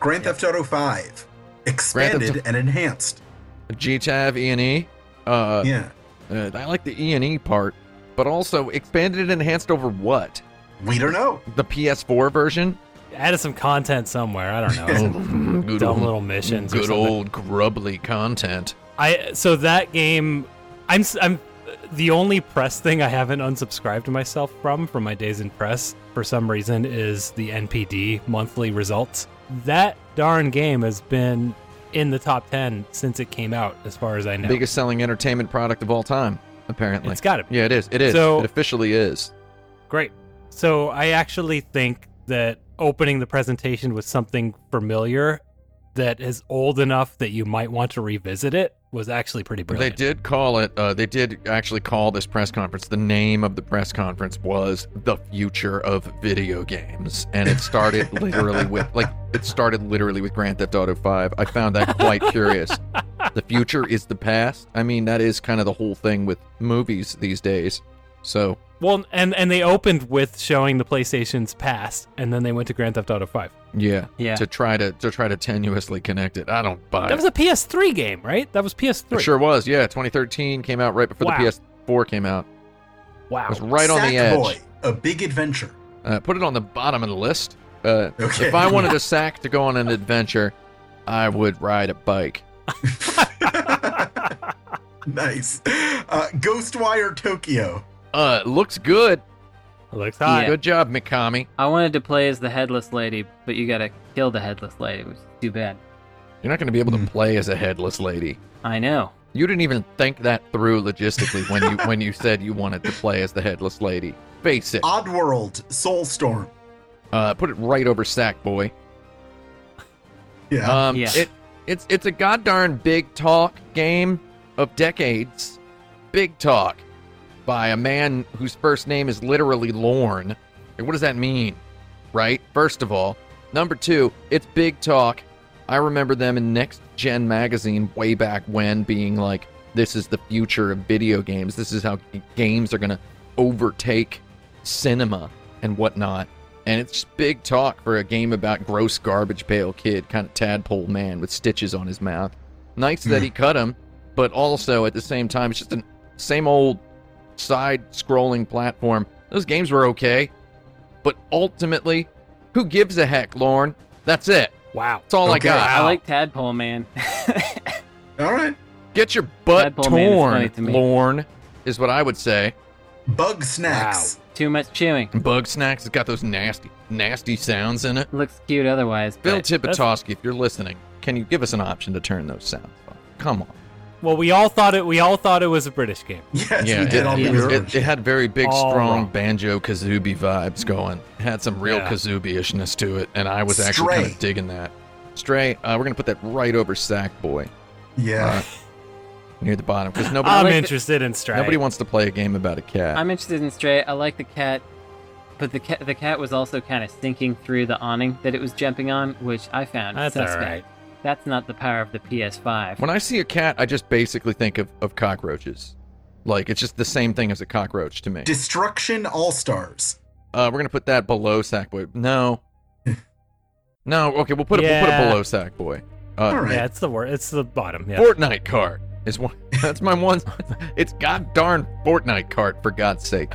B: Grand Theft Auto 5. Expanded and enhanced.
A: GTAV E and E. Uh,
B: yeah.
A: uh, I like the E and E part, but also expanded and enhanced over what?
B: We don't know.
A: The PS4 version.
D: added some content somewhere i don't know
A: (laughs) good
D: dumb
A: old,
D: little missions or
A: good
D: something.
A: old grubbly content.
D: i so that game i'm s- i'm the only press thing i haven't unsubscribed myself from from my days in press for some reason is the npd monthly results that darn game has been in the top 10 since it came out as far as i know
A: Biggest selling entertainment product of all time, apparently.
D: It's gotta be.
A: Yeah, it is. It is.
D: So-
A: it officially is.
D: Great. So I actually think that opening the presentation with something familiar that is old enough that you might want to revisit it was actually pretty brilliant.
A: They did call it. Uh, they did actually call this press conference. The name of the press conference was "The Future of Video Games," and it
D: (laughs)
A: started literally with like it started literally with Grand Theft Auto Five. I found that quite curious. The future is the past. I mean, that is kind of the whole thing with movies these days. So
D: Well, and and they opened with showing the PlayStation's past, and then they went to Grand Theft Auto Five.
A: yeah,
C: Yeah.
A: to try to to try to tenuously connect it, I don't buy
D: That
A: it.
D: was a PS3 game, right? That was PS3.
A: It sure was. Yeah, 2013 came out right before
D: Wow.
A: the PS4 came out.
D: Wow.
A: It was right on the edge.
B: Sackboy, A Big Adventure. (laughs)
A: Uh, put it on the bottom of the list. Uh,
B: Okay.
A: If I
B: (laughs)
A: wanted a sack to go on an adventure, I would ride a bike.
B: nice. Uh, Ghostwire Tokyo.
A: Uh, looks good.
D: Looks hot.
C: Yeah.
A: Good job, Mikami.
C: I wanted to play as the headless lady, but you gotta kill the headless lady, which is too bad.
A: You're not going to be able to
B: Hmm.
A: play as a headless lady.
C: I know.
A: You didn't even think that through logistically when you when you said you wanted to play as the headless lady. Face
B: (laughs)
A: it.
B: Oddworld Soulstorm.
A: Uh, put it right over Sackboy.
B: Yeah.
A: Um,
C: Yeah.
A: it, it's it's a god darn big talk game of decades. Big talk. by a man whose first name is literally Lorne. Like, what does that mean? Right? First of all. Number two, it's big talk. I remember them in Next Gen magazine way back when being like, this is the future of video games. This is how g- games are going to overtake cinema and whatnot. And it's just big talk for a game about gross garbage pail kid, kind of tadpole man with stitches on his mouth. Nice that he cut him, but also at the same time, it's just an same old side scrolling platform. Those games were okay, but ultimately, who gives a heck, Lorne? That's it.
D: Wow.
A: That's all
B: Okay.
A: I got.
C: I like Tadpole Man. (laughs)
B: All right.
A: Get your butt
C: Tadpole Man is funny
A: torn,
C: to me.
A: Lorne, is what I would say.
B: Bug snacks.
C: Too much chewing.
A: Bug Snacks has got those nasty, nasty sounds in it.
C: Looks cute otherwise.
A: Bill
C: But
A: Tipitowski, if you're listening, can you give us an option to turn those sounds off? Come on.
D: Well, we all thought it. We all thought it was a British game.
B: (laughs) Yes,
A: yeah,
B: we did
A: it,
B: all
A: it-
B: do
A: it-
B: research.
A: it had very big,
D: All
A: strong
D: wrong.
A: banjo kazooie vibes going. It had some real
D: Yeah.
A: kazooie-ishness to it, and I was actually
B: Stray.
A: kind of digging that. Stray, uh, we're gonna put that right over Sackboy
B: Yeah.
A: near the bottom because nobody
D: I'm
C: like the-
D: interested in Strike.
A: nobody wants to play a game about a cat.
C: I'm interested in Stray. I like the cat, but the cat the cat was also kind of sinking through the awning that it was jumping on, which I found
D: That's all
C: suspect.
D: right.
C: That's not the power of the PS5.
A: when I see a cat, I just basically think of, of cockroaches. Like it's just the same thing as a cockroach to me.
B: Destruction All Stars.
A: Uh, we're gonna put that below Sackboy.
B: (laughs)
A: No. no. Okay, we'll put it. We'll put
D: Yeah.
A: it below Sackboy.
B: All
A: Uh,
B: right.
D: Yeah, it's the wor It's the bottom. Yeah.
A: Fortnite card is one. (laughs) That's my one. It's god darn Fortnite card for God's sake.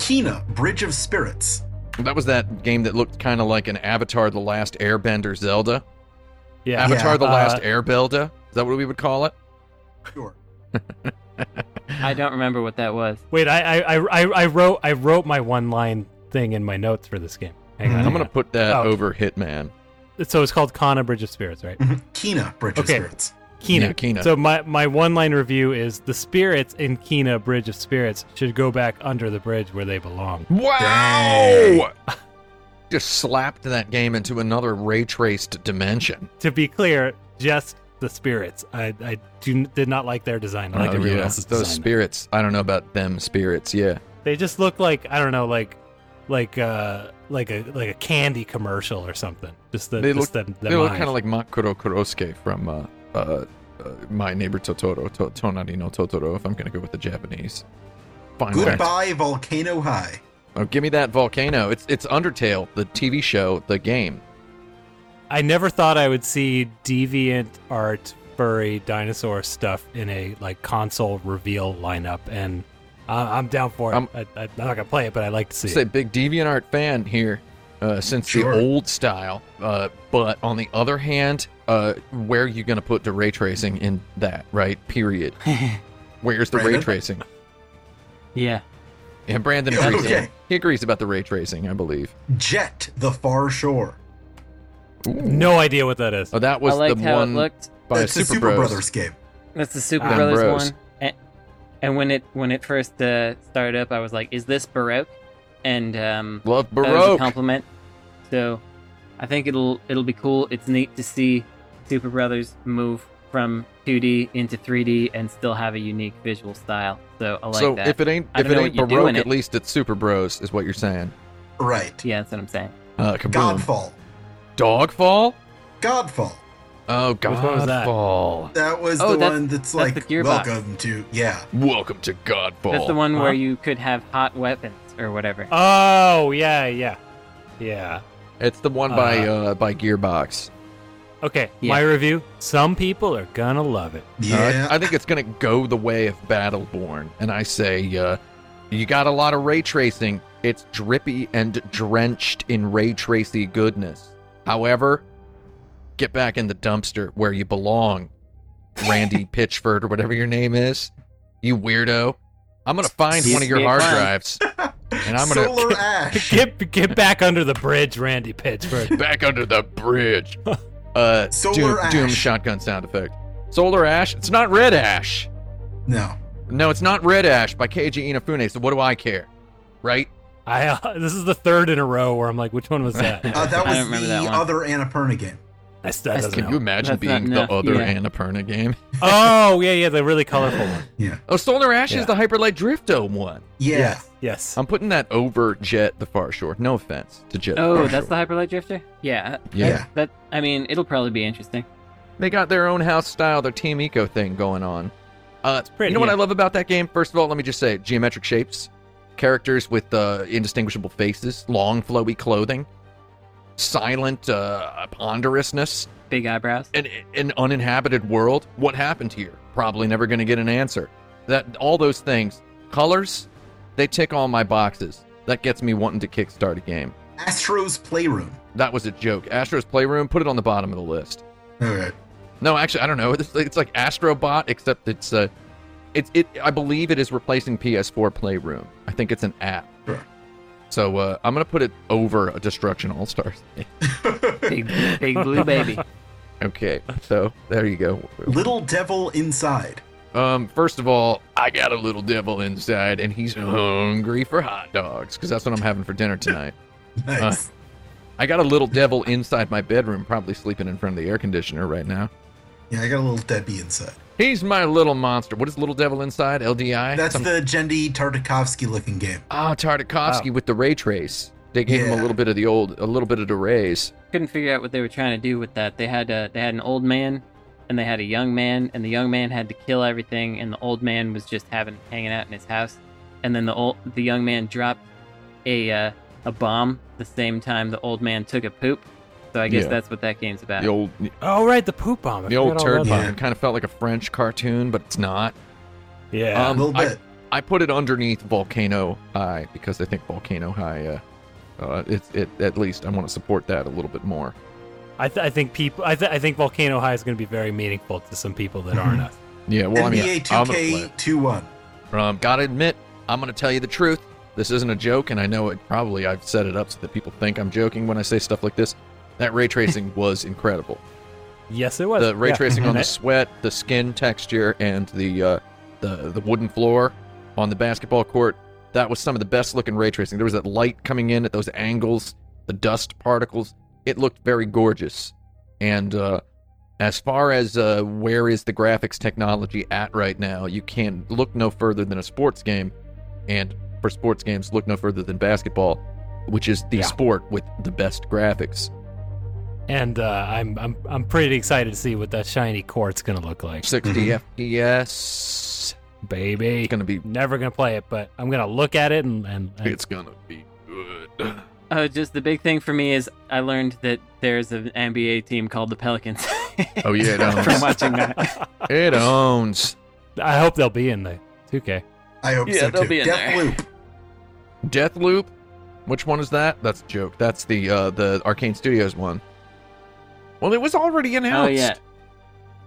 B: Kina, Bridge of Spirits.
A: That was that game that looked kind of like an Avatar: The Last Airbender Zelda.
D: yeah.
A: Avatar:
B: Yeah,
A: The
D: uh,
A: Last Airbelda. Is that what we would call it?
B: Sure.
C: I don't remember what that was.
D: Wait, I, I, I, I- I wrote, I wrote my one line thing in my notes for this game. Hang on.
A: Mm-hmm. I'm gonna put that
D: Oh.
A: over Hitman.
D: So it's called Kana Bridge of Spirits, right?
B: Mhm. Kina, Bridge
D: Okay.
B: of Spirits.
A: (laughs)
D: Kina.
A: Yeah, Kena.
D: So my, my one line review is the spirits in Kina Bridge of Spirits should go back under the bridge where they belong.
A: Wow!
B: Dang.
A: (laughs) Just slapped that game into another ray traced dimension.
D: To be clear, just the spirits. I, I do, did not like their design. I like
A: Oh,
D: everyone
A: yeah.
D: else's
A: Those
D: design.
A: spirits. I don't know about them spirits. Yeah.
D: They just look like I don't know, like like uh like a like a candy commercial or something. Just the
A: They
D: just the, the
A: they look
D: mind.
A: kind of like Makuro Kurosuke from uh, uh, uh, My Neighbor Totoro, to- Tonari no Totoro, if I'm going to go with the Japanese. Fine. art.
B: Goodbye, Volcano High.
A: Oh, give me that volcano. It's it's Undertale, the TV show, the game.
D: I never thought I would see deviant art furry dinosaur stuff in a like console reveal lineup, and I, I'm down for it.
A: I'm-
D: I, I, I'm not gonna play it, but I like to see
A: Say
D: it.
A: big DeviantArt fan here uh, since
B: Sure.
A: the old style. Uh, but on the other hand, uh, where are you going to put the ray tracing in that, right? Period. Where's the ray
B: Brandon?
A: tracing?
C: Yeah.
A: And Brandon agrees.
B: Okay.
A: He agrees about the ray tracing, I believe.
B: Jet, The Far Shore.
D: No idea what that is.
A: Oh, that was
C: I liked
A: the
C: how
A: one
C: it looked.
A: by
B: it's
A: Super,
B: a Super Brothers game.
C: That's the Super
D: Ah.
C: Brothers
A: Bros.
C: one. And, and when it when it first uh, started up, I was like, "Is this Baroque?" And um,
A: Love
C: that was a
A: Baroque.
C: compliment. So, I think it'll it'll be cool. It's neat to see Super Brothers move from 2D into 3D and still have a unique visual style. So I like
A: so
C: that.
A: if it ain't
C: I
A: if
C: don't
A: it
C: know
A: ain't
C: what you do
A: baroque,
C: in
A: at
C: it.
A: least it's Super Bros, is what you're saying.
B: Right.
C: yeah, that's what I'm saying.
A: Uh, kaboom.
B: Godfall.
A: Dogfall.
B: Godfall.
A: Oh,
D: Which one was that?
A: Godfall.
B: That was
C: Oh,
B: the
C: that's-
B: one that's
C: that's
B: like
C: the Gearbox.
B: welcome to
A: Uh,
B: yeah.
A: Welcome to Godfall.
C: That's the one where
D: Huh?
C: you could have hot weapons or whatever.
A: Uh,
D: Oh yeah, yeah, yeah.
A: It's the one by uh, by Gearbox.
D: Okay,
C: Yeah.
D: my review. Some people are gonna love it. (laughs)
A: Uh, I-
B: Yeah.
A: I, think it's gonna go the way of Battleborn, and I say, uh, you got a lot of ray tracing. It's drippy and drenched in ray tracy goodness. However, get back in the dumpster where you belong, Randy
B: (laughs)
A: Pitchford or whatever your name is. You weirdo. I'm gonna find
C: Used
A: one of
C: to
A: your
C: be a
A: hard
C: clown.
A: drives, and I'm gonna (laughs)
B: Solar Ash.
D: Get get back under the bridge, Randy Pitchford. (laughs)
A: back under the
B: (laughs)
A: bridge. Uh,
B: Solar
A: doom,
B: ash.
A: doom shotgun sound effect. Solar ash. It's not red ash.
B: No. Uh,
A: No, it's not red ash by Keiji Inafune. So what do I care, right?
D: I uh, this is the third in a row where I'm like, which one was that?
B: Uh, that
C: I
B: was
C: don't remember
B: the
C: that one.
B: other Annapurna game.
D: That's, that doesn't
A: Can
D: help.
A: you imagine
C: That's not
A: being the
C: enough,
A: other
C: yeah.
A: Annapurna game?
D: oh yeah, yeah, the really colorful one.
A: Oh, Stoner Ash
D: Yeah.
A: is the Hyperlight Drifto one.
B: Yeah.
D: Yes, yes.
A: I'm putting that over Jet the Far Shore. No offense to Jet. the
C: Oh,
A: Far
C: that's the
A: Shore.
C: Hyperlight Drifter? Yeah.
A: Yeah.
B: Yeah.
C: That I mean, it'll probably be interesting.
A: They got their own house style, their Team Eco thing going on. Uh,
D: pretty,
A: you know what
D: yeah.
A: I love about that game? First of all, let me just say geometric shapes, characters with uh, indistinguishable faces, long, flowy clothing, silent uh, ponderousness, (laughs)
C: Big eyebrows.
A: an, an uninhabited world. What happened here? Probably never going to get an answer. That All those things. Colors, they tick all my boxes. That gets me wanting to kickstart a game.
B: Astro's Playroom.
A: That was a joke. Astro's Playroom, put it on the bottom of the list.
B: All right.
A: No, actually, I don't know. (laughs) It's like, it's like Astrobot, except it's uh, it's it. I believe it is replacing PS4 Playroom. I think it's an app.
B: Sure.
A: So uh, I'm gonna put it over Destruction All (laughs) Stars.
C: Big big blue baby.
A: okay, so there you go.
B: Little Devil Inside.
A: Um, first of all, I got a little devil inside, and he's hungry for hot dogs because that's what I'm having for dinner tonight. Uh.
B: Nice.
A: I got a little devil inside my bedroom, probably sleeping in front of the air conditioner right now.
B: yeah, I got a little Debbie inside.
A: He's my little monster. What is little devil inside? LDI.
B: That's
A: Some-
B: the Jendy Tartakovsky looking game.
A: Ah, Tartakovsky with the ray trace. They gave him
B: Oh.
A: a
B: Yeah.
A: little bit of the old, a little bit of the rays.
C: Couldn't figure out what they were trying to do with that. They had a, they had an old man and they had a young man and the young man had to kill everything and the old man was just having hanging out in his house and then the old the young man dropped a uh, a bomb the same time the old man took a poop. So I guess
A: Yeah.
C: that's what that game's about.
A: The old,
D: Oh right, the poop bomb. I
A: the old
D: forgot all
A: turd
D: about
A: bomb. Kind of felt like a French cartoon, but it's not.
D: that. Yeah.
B: A
A: Um,
B: little
A: I-
B: bit.
A: I put it underneath Volcano High because I think Volcano High, uh, uh, it, it, at least I want to support that a little bit more.
D: I, th- I think people. I, th- I think Volcano High is going to be very meaningful to some people that
A: (laughs)
D: aren't us.
A: Yeah, well, I mean,
B: NBA
A: I'm
B: 2K
A: gonna
B: 2-1.
A: play. Um, gotta admit, I'm gonna tell you the truth. This isn't a joke, and I know it probably I've set it up so that people think I'm joking when I say stuff like this. That ray
B: (laughs)
A: tracing was incredible.
D: Yes, it was
A: the ray
D: Yeah.
A: tracing on
D: And
A: the
D: I-
A: sweat, the skin texture, and the uh, the the wooden floor on the basketball court. That was some of the best looking ray tracing. There was that light coming in at those angles, the dust particles. It looked very gorgeous. And uh, as far as uh, where is the graphics technology at right now, you can't look no further than a sports game, and for sports games, look no further than basketball, which is the
D: Yeah.
A: sport with the best graphics.
D: (laughs) And uh, I'm I'm I'm pretty excited to see what that shiny court's going to look like,
A: 60 FPS.
D: baby.
A: It's gonna be
D: Never going to play it, but I'm going to look at it and and, and
A: It's gonna be good.
C: Oh, just the big thing for me is I learned that there's an NBA team called the Pelicans.
A: Oh yeah,
C: (laughs)
A: it
C: from
A: owns.
C: watching that.
A: it owns.
D: I hope they'll be in the 2K.
B: I hope
C: Yeah,
B: so
C: they'll
B: too.
C: be in there.
B: Deathloop.
A: Deathloop. Which one is that? That's a joke. That's the uh, the Arcane Studios one. Well, it was already
C: Oh
A: announced.
C: yeah,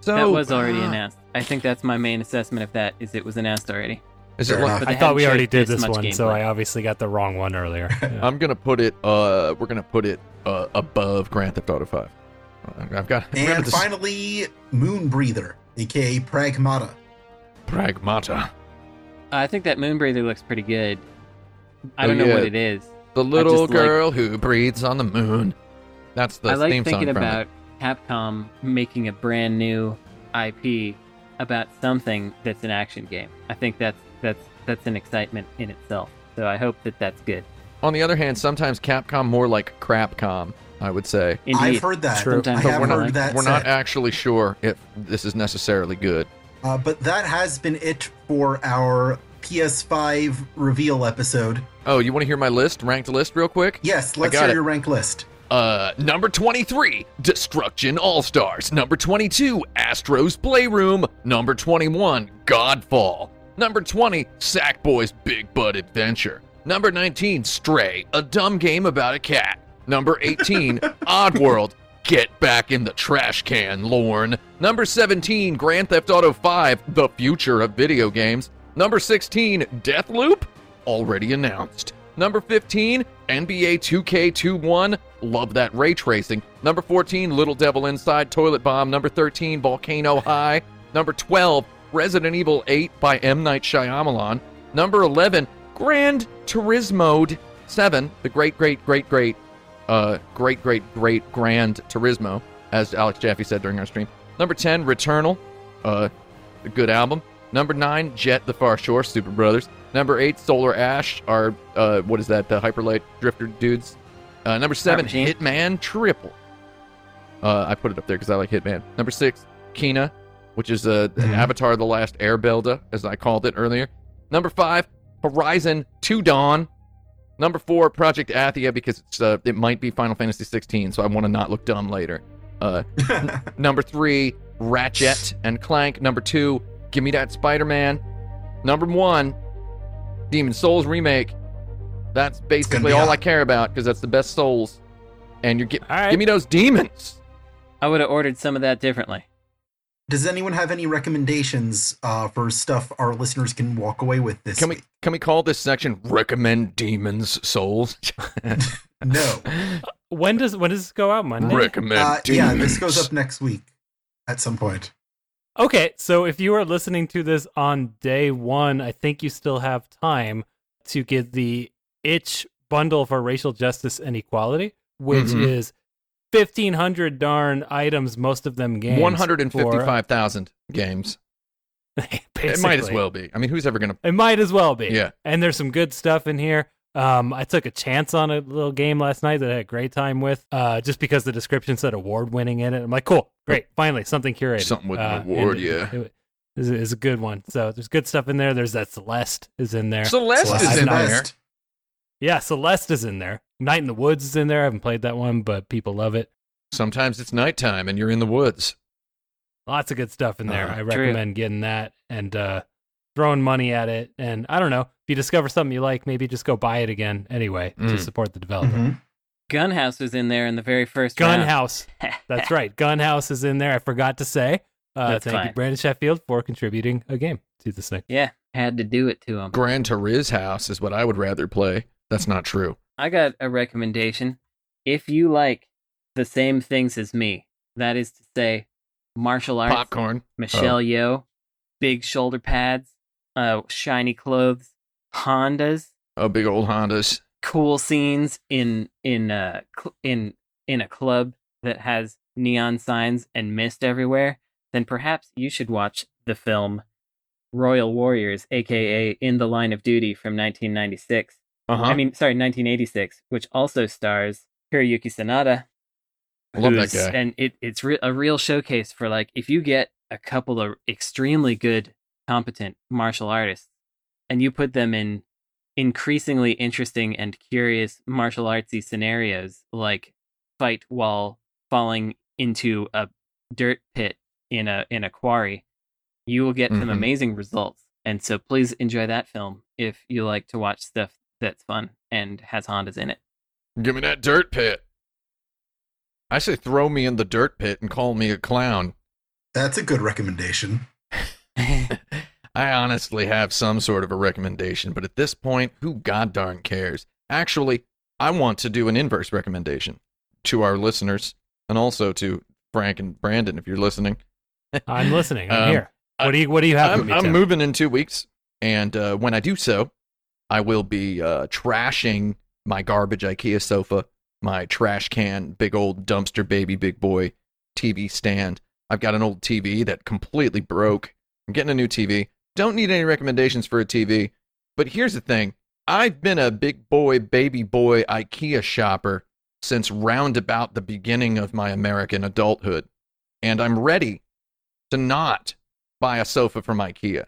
A: so
C: that was already
A: uh,
C: announced. I think that's my main assessment of that is it was announced already.
A: Is it
B: Fair
A: like,
B: enough.
C: But
D: Uh, I
C: they
D: thought we
C: hadn't
D: already
C: showed
D: did
C: this
D: this
C: much
D: one, so
C: gameplay.
D: I obviously got the wrong one earlier.
A: (laughs)
D: Yeah.
A: I'm gonna put it. Uh, we're gonna put it uh, above Grand Theft Auto Five. I've got remember
B: And
A: this
B: finally, Moon Breather, aka Pragmata.
A: Pragmata.
C: Uh, I think that Moonbreather looks pretty good. I
A: Oh,
C: don't know
A: yeah.
C: what it is.
A: The little
C: like-
A: girl who breathes on the moon. That's the
C: I like
A: theme song
C: thinking
A: from it.
C: about Capcom making a brand new IP about something that's an action game. I think that's that's that's an excitement in itself. So I hope that that's good.
A: On the other hand, sometimes Capcom more like crapcom. I would say.
C: Indeed.
B: I've heard that. I
D: True.
C: Sometimes
A: But
B: have
A: we're
B: heard
A: not,
B: that.
A: we're not
B: said.
A: actually sure if this is necessarily good.
B: Uh, but that has been it for our PS5 reveal episode.
A: Oh, you want to hear my list, ranked list, real quick?
B: Yes, let's
A: got
B: hear
A: it.
B: your rank list. (laughs)
A: Uh, number 23, Destruction All Stars. Number 22, Astro's Playroom. Number 21, Godfall. Number 20, Sackboy's Big Butt Adventure. Number 19, Stray, a dumb game about a cat. Number 18, Oddworld. Get back in the trash can, Lorne. Number 17, Grand Theft Auto 5, The Future of Video Games. Number 16, Deathloop, already announced. Number 15, NBA 2K21, love that ray tracing. Number 14, Little Devil Inside Toilet Bomb. Number 13, Volcano High. Number 12, Resident Evil 8 by M. Night Shyamalan. Number 11, Grand Turismo 7, the great, great, great, great, uh, great, great, great Grand Turismo. as Alex Jaffe said during our stream. Number 10, Returnal, uh, a good album. Number 9, Jet the Far Shore, Super Brothers. Number 8, Solar Ash, our, uh, what is that, the Hyperlight Drifter dudes. Uh, number 7,
C: Machine.
A: Hitman Triple. Uh, I put it up there because I like Hitman. Number 6, Kina, which is uh, an
B: Mhm.
A: Avatar The Last Airbelda, as I called it earlier. Number 5, Horizon 2 Dawn. Number four, Project Athia, because it's, uh, it might be Final Fantasy 16, so I want to not look dumb later. Uh, number three, Ratchet and Clank. Number two, Give Me That Spider Man. Number one, Demon Souls Remake. That's basically
B: be
A: all
B: hot.
A: I care about because that's the best Souls. And you're get,
D: All right.
A: give me those demons.
C: I would have ordered some of that differently.
B: Does anyone have any recommendations uh, for stuff our listeners can walk away with this?
A: Can we
B: week?
A: can we call this section recommend demons souls? (laughs)
B: No.
D: When does when does this go out? Monday.
A: recommend
B: Uh, yeah, this goes up next week at some point.
D: Okay, so if you are listening to this on day one, I think you still have time to get the itch bundle for racial justice and equality, which
A: Mhm.
D: is fifteen hundred darn items, most of them games.
A: One hundred and fifty-five thousand games.
D: for- (laughs)
A: It might as
D: basically.
A: well be. I mean, who's ever gonna?
D: It might as well be.
A: Yeah.
D: And there's some good stuff in here. Um, I took a chance on a little game last night that I had a great time with, uh, just because the description said award winning in it. I'm like, cool, great, finally something curated.
A: Something with an
D: Uh,
A: award,
D: and
A: yeah.
D: It, it is- is a good one. So there's good stuff in there. There's that Celeste is in there.
A: Celeste
D: Celeste
A: is
D: is
A: in
D: not-
A: there.
D: yeah, Celeste is in there. Night in the Woods is in there. I haven't played that one, but people love it.
A: Sometimes it's nighttime and you're in the woods.
D: Lots of good stuff in there.
A: Uh-huh.
D: I
C: True.
D: recommend getting that and uh, throwing money at it. And I don't know if you discover something you like, maybe just go buy it again anyway to
A: Mm.
D: support the developer.
B: Mhm.
C: Gunhouse was in there in the very first
D: Gun
A: (laughs)
C: round.
D: House. That's right. Gun House is in there. I forgot to say. Uh,
C: That's
D: thank you,
C: fine.
D: Brandon Sheffield, for contributing a game to
A: (laughs)
D: this thing.
C: yeah, had to do it to him.
A: Gran Turismo House is what I would rather play. That's not true.
C: I got a recommendation. If you like the same things as me, that is to say, martial arts,
A: Popcorn.
C: Michelle Yeoh, big shoulder pads, uh, shiny clothes, Hondas,
A: Oh, big old Hondas.
C: cool scenes in in uh cl- in in a club that has neon signs and mist everywhere, then perhaps you should watch the film Royal Warriors, aka In the Line of Duty from 1996.
A: Uh huh.
C: I mean, sorry, 1986, which also stars Hiroyuki Sanada.
A: I love that
C: who's-
A: guy.
C: And it, it's re- a real showcase for like if you get a couple of extremely good, competent martial artists, and you put them in increasingly interesting and curious martial artsy scenarios, like fight while falling into a dirt pit in a in a quarry, you will get some
A: Mhm.
C: amazing results. And so please enjoy that film if you like to watch stuff that's fun and has Hondas in it.
A: Give me that dirt pit. I say throw me in the dirt pit and call me a clown.
B: That's a good recommendation.
A: (laughs) I honestly have some sort of a recommendation, but at this point, who god darn cares? Actually, I want to do an inverse recommendation to our listeners and also to Frank and Brandon if you're listening.
D: I'm listening. I'm
A: Um,
D: here. What do you What do you have for
A: I'm,
D: me?
A: I'm
D: Tim?
A: moving in two weeks, and uh, when I do so, I will be uh, trashing my garbage IKEA sofa, my trash can, big old dumpster baby, big boy TV stand. I've got an old TV that completely broke. I'm getting a new TV. Don't need any recommendations for a TV. But here's the thing I've been a big boy, baby boy IKEA shopper since roundabout the beginning of my American adulthood. And I'm ready to not buy a sofa from IKEA.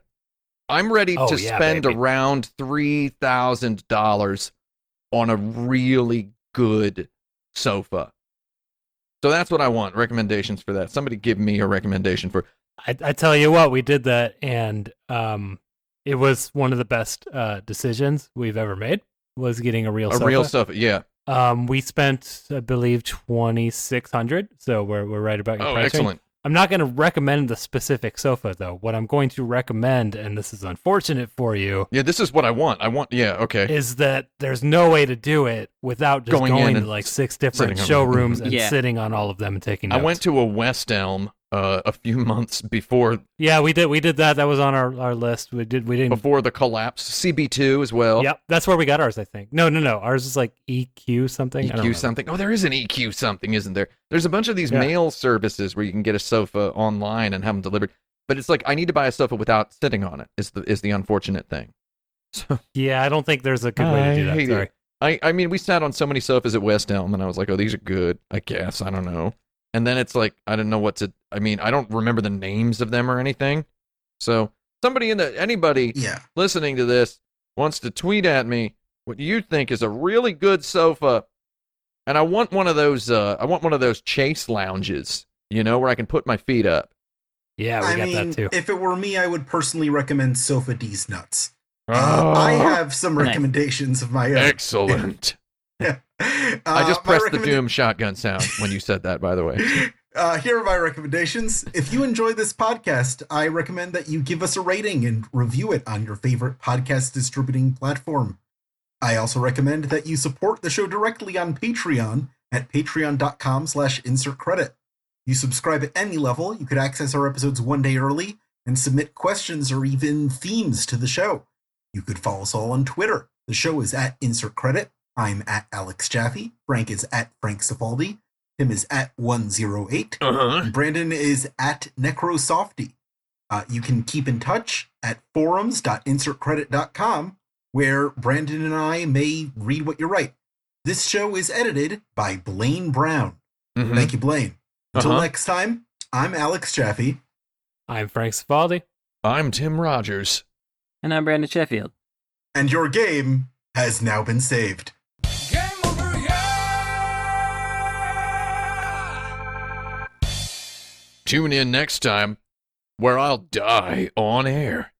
A: I'm ready
D: Oh,
A: to
D: yeah,
A: spend
D: baby.
A: around $3,000 on a really good sofa. So that's what I want recommendations for that. Somebody give me a recommendation for
D: I, I tell you what, we did that, and um, it was one of the best uh, decisions we've ever made. Was getting a real
A: a
D: sofa.
A: real sofa. Yeah.
D: um, we spent, I believe, twenty six hundred. So we're we're right about your
A: Oh,
D: price range.
A: excellent.
D: I'm not going to recommend the specific sofa though. What I'm going to recommend, and this is unfortunate for you,
A: Yeah, this is what I want. I want. Yeah, okay.
D: is that there's no way to do it without just
A: Going
D: going,
A: in
D: to
A: and
D: like
A: s-
D: six
A: sitting on
D: different
A: them.
D: showrooms and
C: Yeah.
D: sitting on all of them and taking
A: I
D: notes.
A: went to a West Elm uh, a few (laughs) months before
D: Yeah, we did. We did that. That was on our, our list. We did. We didn't.
A: before the collapse. CB2 as well.
D: Yep, that's where we got ours. I think. No, no, no. Ours is like EQ something. I
A: EQ
D: don't remember.
A: something. Oh, there is an EQ something, isn't there? There's a bunch of these
D: Yeah.
A: mail services where you can get a sofa online and have them delivered. But it's like I need to buy a sofa without sitting on it. Is the is the unfortunate thing. So
D: Yeah, I don't think there's a good way to
A: I
D: do that.
A: hate
D: Sorry.
A: it. I I mean we sat on so many sofas at West Elm and I was like, oh these are good. I guess I don't know. And then it's like I don't know what to. I mean I don't remember the names of them or anything. So somebody in the anybody
B: Yeah.
A: listening to this wants to tweet at me what you think is a really good sofa and i want one of those uh i want one of those chase lounges you know where i can put my feet up
D: Yeah, we
B: I
D: got
B: mean,
D: that too.
B: if it were me, I would personally recommend Sofa D's Nuts. Uh, I have some
C: Nice.
B: recommendations of my own.
A: Oh. excellent
B: (laughs) Uh,
A: i just
B: my
A: pressed the
B: recommenda-
A: doom shotgun sound when you said that by the
B: (laughs)
A: way
B: Uh, here are my recommendations. If you enjoy this podcast, I recommend that you give us a rating and review it on your favorite podcast distributing platform. I also recommend that you support the show directly on Patreon at patreon.com slash insert credit. You subscribe at any level, you could access our episodes one day early and submit questions or even themes to the show. You could follow us all on Twitter. The show is at insert credit. I'm at Alex Jaffe. Frank is at Frank Sifaldi. Tim is at 108.
A: uh-huh.
B: And Brandon is at Necrosofty. Uh, you can keep in touch at forums.insertcredit.com, where Brandon and I may read what you write. This show is edited by Blaine Brown.
A: Mhm.
B: Thank you, Blaine. Until
A: Uh-huh.
B: next time, I'm Alex Jaffe.
D: I'm Frank Spaldi.
A: i'm tim rogers
C: And I'm Brandon Sheffield.
B: and your game has now been saved.
E: Game over, yeah!
A: tune in next time where i'll die on air